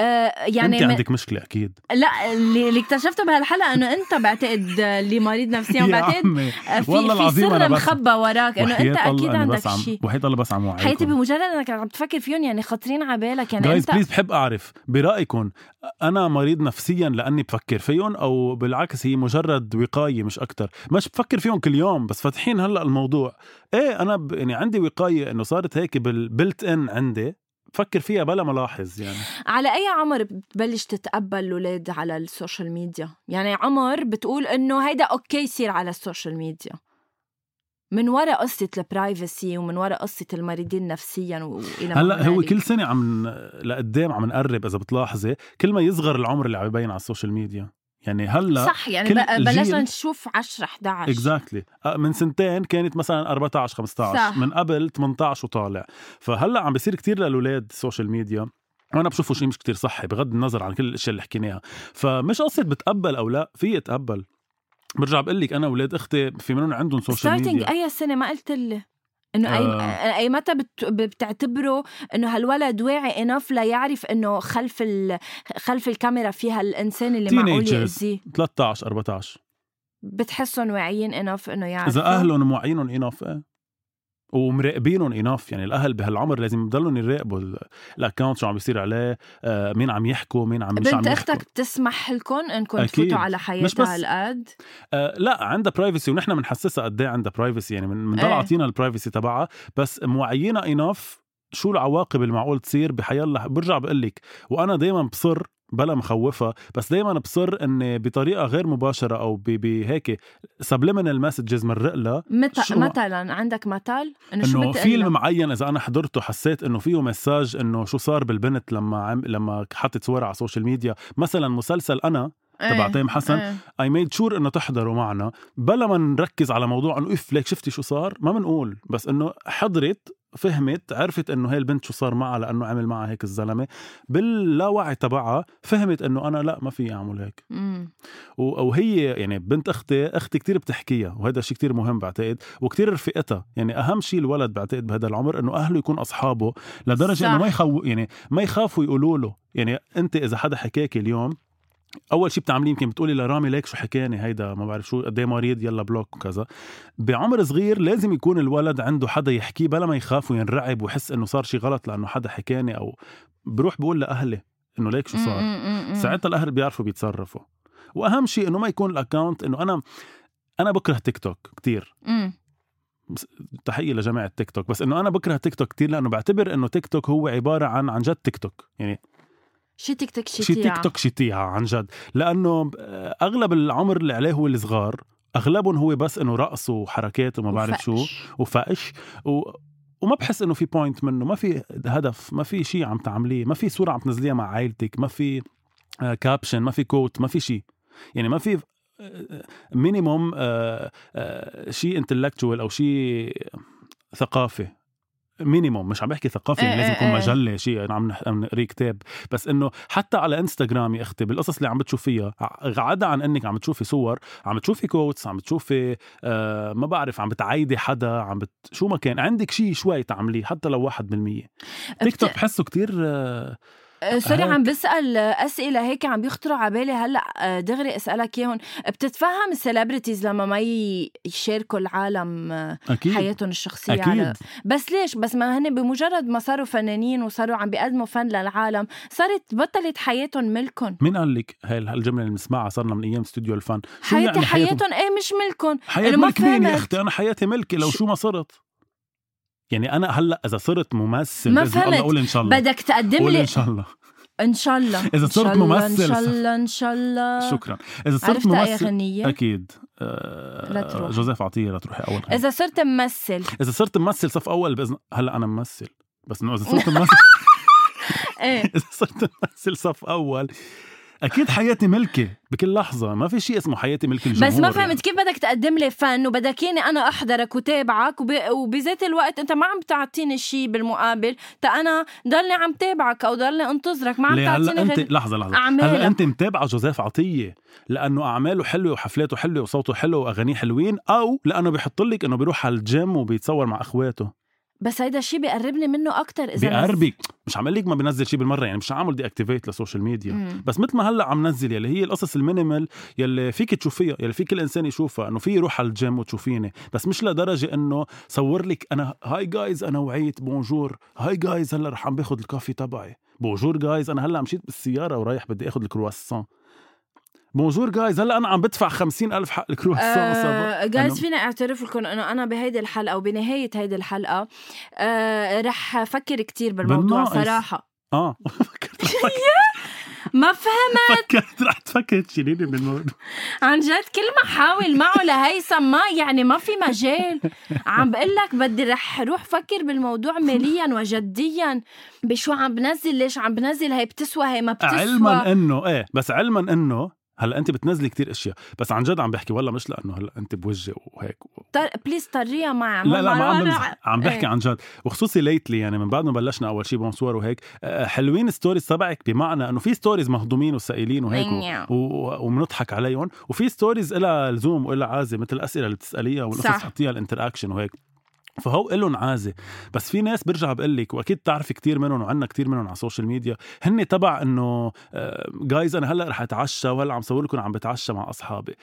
Speaker 1: آه
Speaker 2: يعني
Speaker 1: يعني
Speaker 2: انت
Speaker 1: من-
Speaker 2: عندك مشكله اكيد
Speaker 1: لا اللي اللي اكتشفته بهالحلقه انه انت بعتقد اللي مريض نفسيا
Speaker 2: يا
Speaker 1: بعتقد
Speaker 2: عمي
Speaker 1: في
Speaker 2: والله
Speaker 1: في
Speaker 2: العظيم
Speaker 1: سر
Speaker 2: أنا بس-
Speaker 1: مخبى وراك انه انت
Speaker 2: وحياة
Speaker 1: اكيد
Speaker 2: الله أنا
Speaker 1: عندك
Speaker 2: بس عم-
Speaker 1: شيء
Speaker 2: وحياة الله بس عم وعيكم
Speaker 1: حياتي بمجرد انك عم تفكر فيهم يعني خاطرين على بالك يعني
Speaker 2: جايز
Speaker 1: انت
Speaker 2: بليز بحب اعرف برايكم انا مريض نفسيا لاني بفكر فيهم او بالعكس هي مجرد وقايه مش اكثر مش بفكر فيهم كل يوم بس فاتحين هلا الموضوع ايه انا ب... يعني عندي وقايه انه صارت هيك بالبلت ان عندي بفكر فيها بلا ما لاحظ يعني
Speaker 1: على اي عمر بتبلش تتقبل الاولاد على السوشيال ميديا يعني عمر بتقول انه هيدا اوكي يصير على السوشيال ميديا من وراء قصة البرايفسي ومن وراء قصة المريضين نفسيا والى ما
Speaker 2: هلا هو
Speaker 1: هنالك.
Speaker 2: كل سنه عم لقدام عم نقرب اذا بتلاحظي كل ما يصغر العمر اللي عم يبين على السوشيال ميديا يعني هلا
Speaker 1: صح يعني
Speaker 2: كل
Speaker 1: بقى- بلشنا
Speaker 2: جيل-
Speaker 1: نشوف 10 11
Speaker 2: اكزاكتلي آه، من سنتين كانت مثلا 14 15
Speaker 1: صح.
Speaker 2: صح. من قبل 18 وطالع فهلا عم بيصير كتير للاولاد السوشيال ميديا وانا بشوفه شيء مش كتير صحي بغض النظر عن كل الاشياء اللي حكيناها فمش قصه بتقبل او لا في يتقبل برجع بقول لك انا اولاد اختي في منهم عندهم سوشيال
Speaker 1: ستارتنج
Speaker 2: ميديا
Speaker 1: اي سنه ما قلت لي انه اي
Speaker 2: آه.
Speaker 1: اي متى بت- بتعتبره انه هالولد واعي انف ليعرف انه خلف ال... خلف الكاميرا فيها الانسان اللي معقول
Speaker 2: Teenagers.
Speaker 1: يأذيه
Speaker 2: 13 14
Speaker 1: بتحسهم واعيين انف انه يعرفوا
Speaker 2: اذا اهلهم موعينهم اناف ايه ومراقبينهم اناف يعني الاهل بهالعمر لازم يضلوا يراقبوا ال- الاكونت شو عم بيصير عليه آه، مين عم يحكوا مين عم مش عم
Speaker 1: بنت
Speaker 2: يحكوا.
Speaker 1: اختك بتسمح لكم انكم
Speaker 2: أكيد.
Speaker 1: تفوتوا على
Speaker 2: مش بس-
Speaker 1: حياتها هالقد
Speaker 2: آه لا عندها برايفسي ونحن بنحسسها قد ايه عندها برايفسي يعني من- بنضل
Speaker 1: إيه.
Speaker 2: عاطينا البرايفسي تبعها بس موعينا اناف شو العواقب المعقول تصير بحي الله برجع بقول لك وانا دائما بصر بلا مخوفها بس دائما بصر اني بطريقه غير مباشره او ب- بهيك سبلمنال مسجز من رقلة
Speaker 1: مت...
Speaker 2: شو-
Speaker 1: مثلا عندك مثل انه شو
Speaker 2: انه
Speaker 1: بتقلها؟
Speaker 2: فيلم معين اذا انا حضرته حسيت انه فيه مساج انه شو صار بالبنت لما عم لما حطت صورها على السوشيال ميديا مثلا مسلسل انا
Speaker 1: إيه،
Speaker 2: تبع تيم حسن
Speaker 1: إيه.
Speaker 2: اي ميد شور انه تحضروا معنا بلا ما نركز على موضوع انه اف ليك شفتي شو صار ما بنقول بس انه حضرت فهمت عرفت انه هي البنت شو صار معها لانه عمل معها هيك الزلمه باللاوعي تبعها فهمت انه انا لا ما في اعمل هيك
Speaker 1: أمم.
Speaker 2: و- وهي يعني بنت اختي اختي كتير بتحكيها وهذا شيء كتير مهم بعتقد وكتير رفيقتها يعني اهم شيء الولد بعتقد بهذا العمر انه اهله يكون اصحابه لدرجه
Speaker 1: صح.
Speaker 2: انه ما يخو يعني ما يخافوا يقولوا له يعني انت اذا حدا حكاك اليوم اول شيء بتعمليه يمكن بتقولي لرامي ليك شو حكاني هيدا ما بعرف شو قد إيه مريض يلا بلوك وكذا بعمر صغير لازم يكون الولد عنده حدا يحكيه بلا ما يخاف وينرعب ويحس انه صار شيء غلط لانه حدا حكاني او بروح بقول لاهلي انه ليك شو صار
Speaker 1: أمم، أمم، أمم.
Speaker 2: ساعتها الاهل بيعرفوا بيتصرفوا واهم شيء انه ما يكون الاكونت انه انا انا بكره تيك توك كتير
Speaker 1: أمم.
Speaker 2: تحيه لجماعه تيك توك بس انه انا بكره تيك توك كتير لانه بعتبر انه تيك توك هو عباره عن عن جد تيك توك يعني
Speaker 1: شي تك تك شي
Speaker 2: شي تيك توك شتيعه عن جد لانه آه، اغلب العمر اللي عليه هو الصغار اغلبهم هو بس انه رقص وحركات وما بعرف شو وفقش و... وما بحس انه في بوينت منه ما في هدف ما في شيء عم تعمليه ما في صوره عم تنزليها مع عائلتك ما في كابشن ما في كوت ما في شيء يعني ما في آه، مينيموم شيء انتلكتشوال او شيء ثقافي مينيموم مش عم بحكي ثقافه
Speaker 1: إيه
Speaker 2: يعني لازم
Speaker 1: إيه
Speaker 2: يكون
Speaker 1: إيه.
Speaker 2: مجله شيء أنا عم نح- عم نقري كتاب بس انه حتى على انستغرام يا اختي بالقصص اللي عم بتشوفيها ع- عدا عن انك عم بتشوفي صور عم بتشوفي كوتس عم بتشوفي آه ما بعرف عم بتعايدي حدا عم بت شو ما كان عندك شيء شوي تعمليه حتى لو 1% تيك توك بحسه كثير آه
Speaker 1: آه، سوري
Speaker 2: هيك.
Speaker 1: عم بسال آه، اسئله هيك عم بيخطروا على بالي هلا آه، دغري اسالك اياهم بتتفهم السليبرتيز لما ما ي- يشاركوا العالم آه،
Speaker 2: اكيد
Speaker 1: حياتهم الشخصيه على
Speaker 2: اكيد
Speaker 1: بس ليش بس ما هن بمجرد ما صاروا فنانين وصاروا عم بيقدموا فن للعالم صارت بطلت حياتهم ملكهم
Speaker 2: مين قال لك هاي الجمله اللي بنسمعها صرنا من ايام استوديو الفن شو
Speaker 1: حياتي
Speaker 2: يعني حياتهم
Speaker 1: حياتهم ايه مش ملكهم
Speaker 2: حياة
Speaker 1: إنه ما
Speaker 2: ملك مين يا
Speaker 1: فهمت.
Speaker 2: اختي انا حياتي ملكي لو
Speaker 1: شو-
Speaker 2: شو ما صرت يعني انا هلا اذا صرت ممثل
Speaker 1: ما
Speaker 2: بإذن الله
Speaker 1: فهمت.
Speaker 2: قول ان شاء الله
Speaker 1: بدك تقدم
Speaker 2: قول
Speaker 1: لي
Speaker 2: ان شاء الله
Speaker 1: ان شاء الله
Speaker 2: إذا
Speaker 1: إن
Speaker 2: صرت
Speaker 1: شاء الله،
Speaker 2: ممثل.
Speaker 1: ان شاء الله ان شاء الله
Speaker 2: شكرا اذا صرت
Speaker 1: عرفت اي
Speaker 2: ممثل
Speaker 1: غنيه
Speaker 2: اكيد
Speaker 1: لا
Speaker 2: آه
Speaker 1: تروح.
Speaker 2: جوزيف عطيه لا تروحي اول إذا...
Speaker 1: اذا صرت ممثل
Speaker 2: اذا صرت ممثل صف اول باذن هلا انا ممثل بس انه اذا صرت ممثل
Speaker 1: ايه
Speaker 2: اذا صرت ممثل صف اول اكيد حياتي ملكي بكل لحظه ما في شيء اسمه حياتي ملك الجمهور
Speaker 1: بس ما
Speaker 2: يعني.
Speaker 1: فهمت كيف بدك تقدم لي فن وبدك ياني انا احضرك وتابعك وب... وبذات الوقت انت ما عم تعطيني شيء بالمقابل تا انا ضلني عم تابعك او ضلني انتظرك ما عم
Speaker 2: ليه هلا
Speaker 1: تعطيني
Speaker 2: انت
Speaker 1: غير
Speaker 2: لحظه لحظه
Speaker 1: أعمالها.
Speaker 2: هلا انت متابعه جوزيف عطيه لانه اعماله حلوه وحفلاته حلوه وصوته حلو واغانيه حلوين او لانه بيحط لك انه بيروح على الجيم وبيتصور مع اخواته
Speaker 1: بس هيدا الشيء بيقربني منه اكثر اذا نز-
Speaker 2: بقربك مش عم أقول لك ما بنزل شيء بالمره يعني مش عم اعمل دي اكتيفيت للسوشيال ميديا
Speaker 1: مم.
Speaker 2: بس مثل ما هلا عم نزل يلي هي القصص المينيمال يلي فيك تشوفيها يلي فيك الانسان يشوفها انه في يروح على الجيم وتشوفيني بس مش لدرجه انه صور لك انا هاي جايز انا وعيت بونجور هاي جايز هلا رح عم باخذ الكافي تبعي بونجور جايز انا هلا مشيت بالسياره ورايح بدي اخذ الكرواسون بونجور جايز هلا انا عم بدفع خمسين ألف حق الكرواسون صبا.
Speaker 1: آه،
Speaker 2: أنا-
Speaker 1: جايز فينا اعترف لكم انه انا بهيدي الحلقه وبنهايه هيدي الحلقه آه رح فكر كتير بالموضوع
Speaker 2: بالناقص.
Speaker 1: صراحه
Speaker 2: اه فكرت رح فك-
Speaker 1: ما فهم
Speaker 2: فكرت رح تفكر تشيليني من الموضوع
Speaker 1: عن جد كل ما حاول معه لهيثم ما يعني ما في مجال عم بقول لك بدي رح روح فكر بالموضوع ماليا وجديا بشو عم بنزل ليش عم بنزل هي بتسوى هي ما بتسوى
Speaker 2: علما انه ايه بس علما انه هلا انت بتنزلي كتير اشياء بس عن جد عم بحكي والله مش لانه هلا انت بوجه وهيك و...
Speaker 1: طر... بليز طريها معي
Speaker 2: لا لا ما عم
Speaker 1: أنا-
Speaker 2: بمزح. عم بحكي
Speaker 1: إيه.
Speaker 2: عن جد وخصوصي ليتلي يعني من بعد ما بلشنا اول شيء بونسوار وهيك آه، حلوين الستوريز تبعك بمعنى انه في ستوريز مهضومين وسائلين وهيك
Speaker 1: نعم.
Speaker 2: و... و... ومنضحك عليهم وفي ستوريز إلها لزوم وإلها عازه مثل الاسئله اللي بتساليها
Speaker 1: صح.
Speaker 2: والقصص حطيها الانتراكشن وهيك فهو إلهم عازه بس في ناس برجع بقول لك واكيد بتعرفي كتير منهم وعنا كتير منهم على السوشيال ميديا هن تبع آه، انه جايز انا هلا رح اتعشى وهلا عم صور لكم عم بتعشى مع اصحابي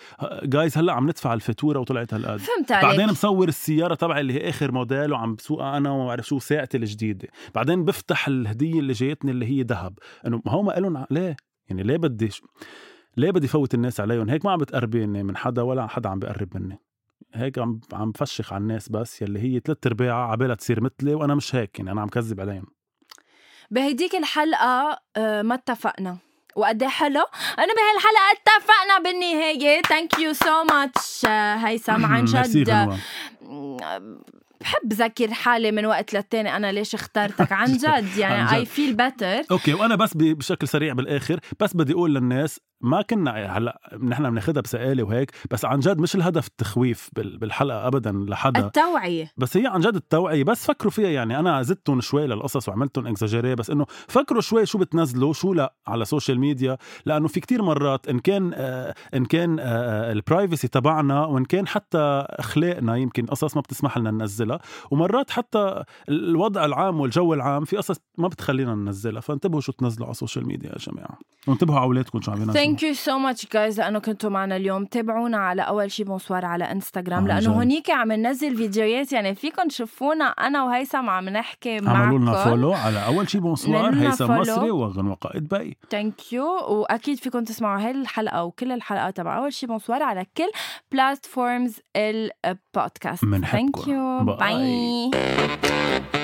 Speaker 2: جايز هلا عم ندفع الفاتوره وطلعت هالقد
Speaker 1: فهمت عليك
Speaker 2: بعدين مصور السيارة تبعي اللي هي آخر موديل وعم بسوقها أنا وما بعرف شو ساعتي الجديدة بعدين بفتح الهدية اللي جايتني اللي هي ذهب إنه ما هو ما قالن ليه يعني ليه بدي ليه بدي فوت الناس عليهم هيك ما عم بتقربيني من حدا ولا حدا عم بقرب مني هيك عم عم فشخ على الناس بس يلي هي ثلاث ارباعها عبالها تصير مثلي وانا مش هيك يعني انا عم كذب عليهم
Speaker 1: بهديك الحلقة آه، ما اتفقنا وقد ايه حلو انا بهالحلقه اتفقنا بالنهايه ثانك يو سو ماتش هيثم عن
Speaker 2: ميرسي
Speaker 1: آه، جد آه،
Speaker 2: غنوة.
Speaker 1: بحب ذكر حالي من وقت للتاني انا ليش اخترتك عن جد يعني
Speaker 2: عن
Speaker 1: اي
Speaker 2: جد.
Speaker 1: فيل بيتر
Speaker 2: اوكي وانا بس ب- بشكل سريع بالاخر بس بدي اقول للناس ما كنا هلا نحن بناخذها بسقاله وهيك بس عن جد مش الهدف التخويف بال- بالحلقه ابدا لحدا
Speaker 1: التوعيه
Speaker 2: بس هي عن جد التوعيه بس فكروا فيها يعني انا زدتهم شوي للقصص وعملتهم اكزاجيري بس انه فكروا شوي شو بتنزلوا شو لا على السوشيال ميديا لانه في كتير مرات ان كان آه ان كان آه البرايفسي تبعنا وان كان حتى اخلاقنا يمكن قصص ما بتسمح لنا ننزلها ومرات حتى الوضع العام والجو العام في قصص ما بتخلينا ننزلها فانتبهوا شو تنزلوا على السوشيال ميديا يا جماعه وانتبهوا على اولادكم شو عم ينزلوا
Speaker 1: ثانك يو سو ماتش جايز لانه كنتوا معنا اليوم تابعونا على اول شي بونسوار على انستغرام
Speaker 2: عن
Speaker 1: لانه
Speaker 2: جد.
Speaker 1: هونيك عم ننزل فيديوهات يعني فيكم تشوفونا انا وهيثم عم نحكي
Speaker 2: عملوا لنا
Speaker 1: معكم
Speaker 2: فولو على اول شي بونسوار
Speaker 1: عملوا لنا
Speaker 2: هيثم
Speaker 1: follow.
Speaker 2: مصري وغنوه قائد باقي
Speaker 1: ثانك يو واكيد فيكم تسمعوا هاي الحلقه وكل الحلقات تبع اول شي بونسوار على كل بلاتفورمز البودكاست
Speaker 2: منحبكم.
Speaker 1: ثانك يو
Speaker 2: باي.
Speaker 1: باي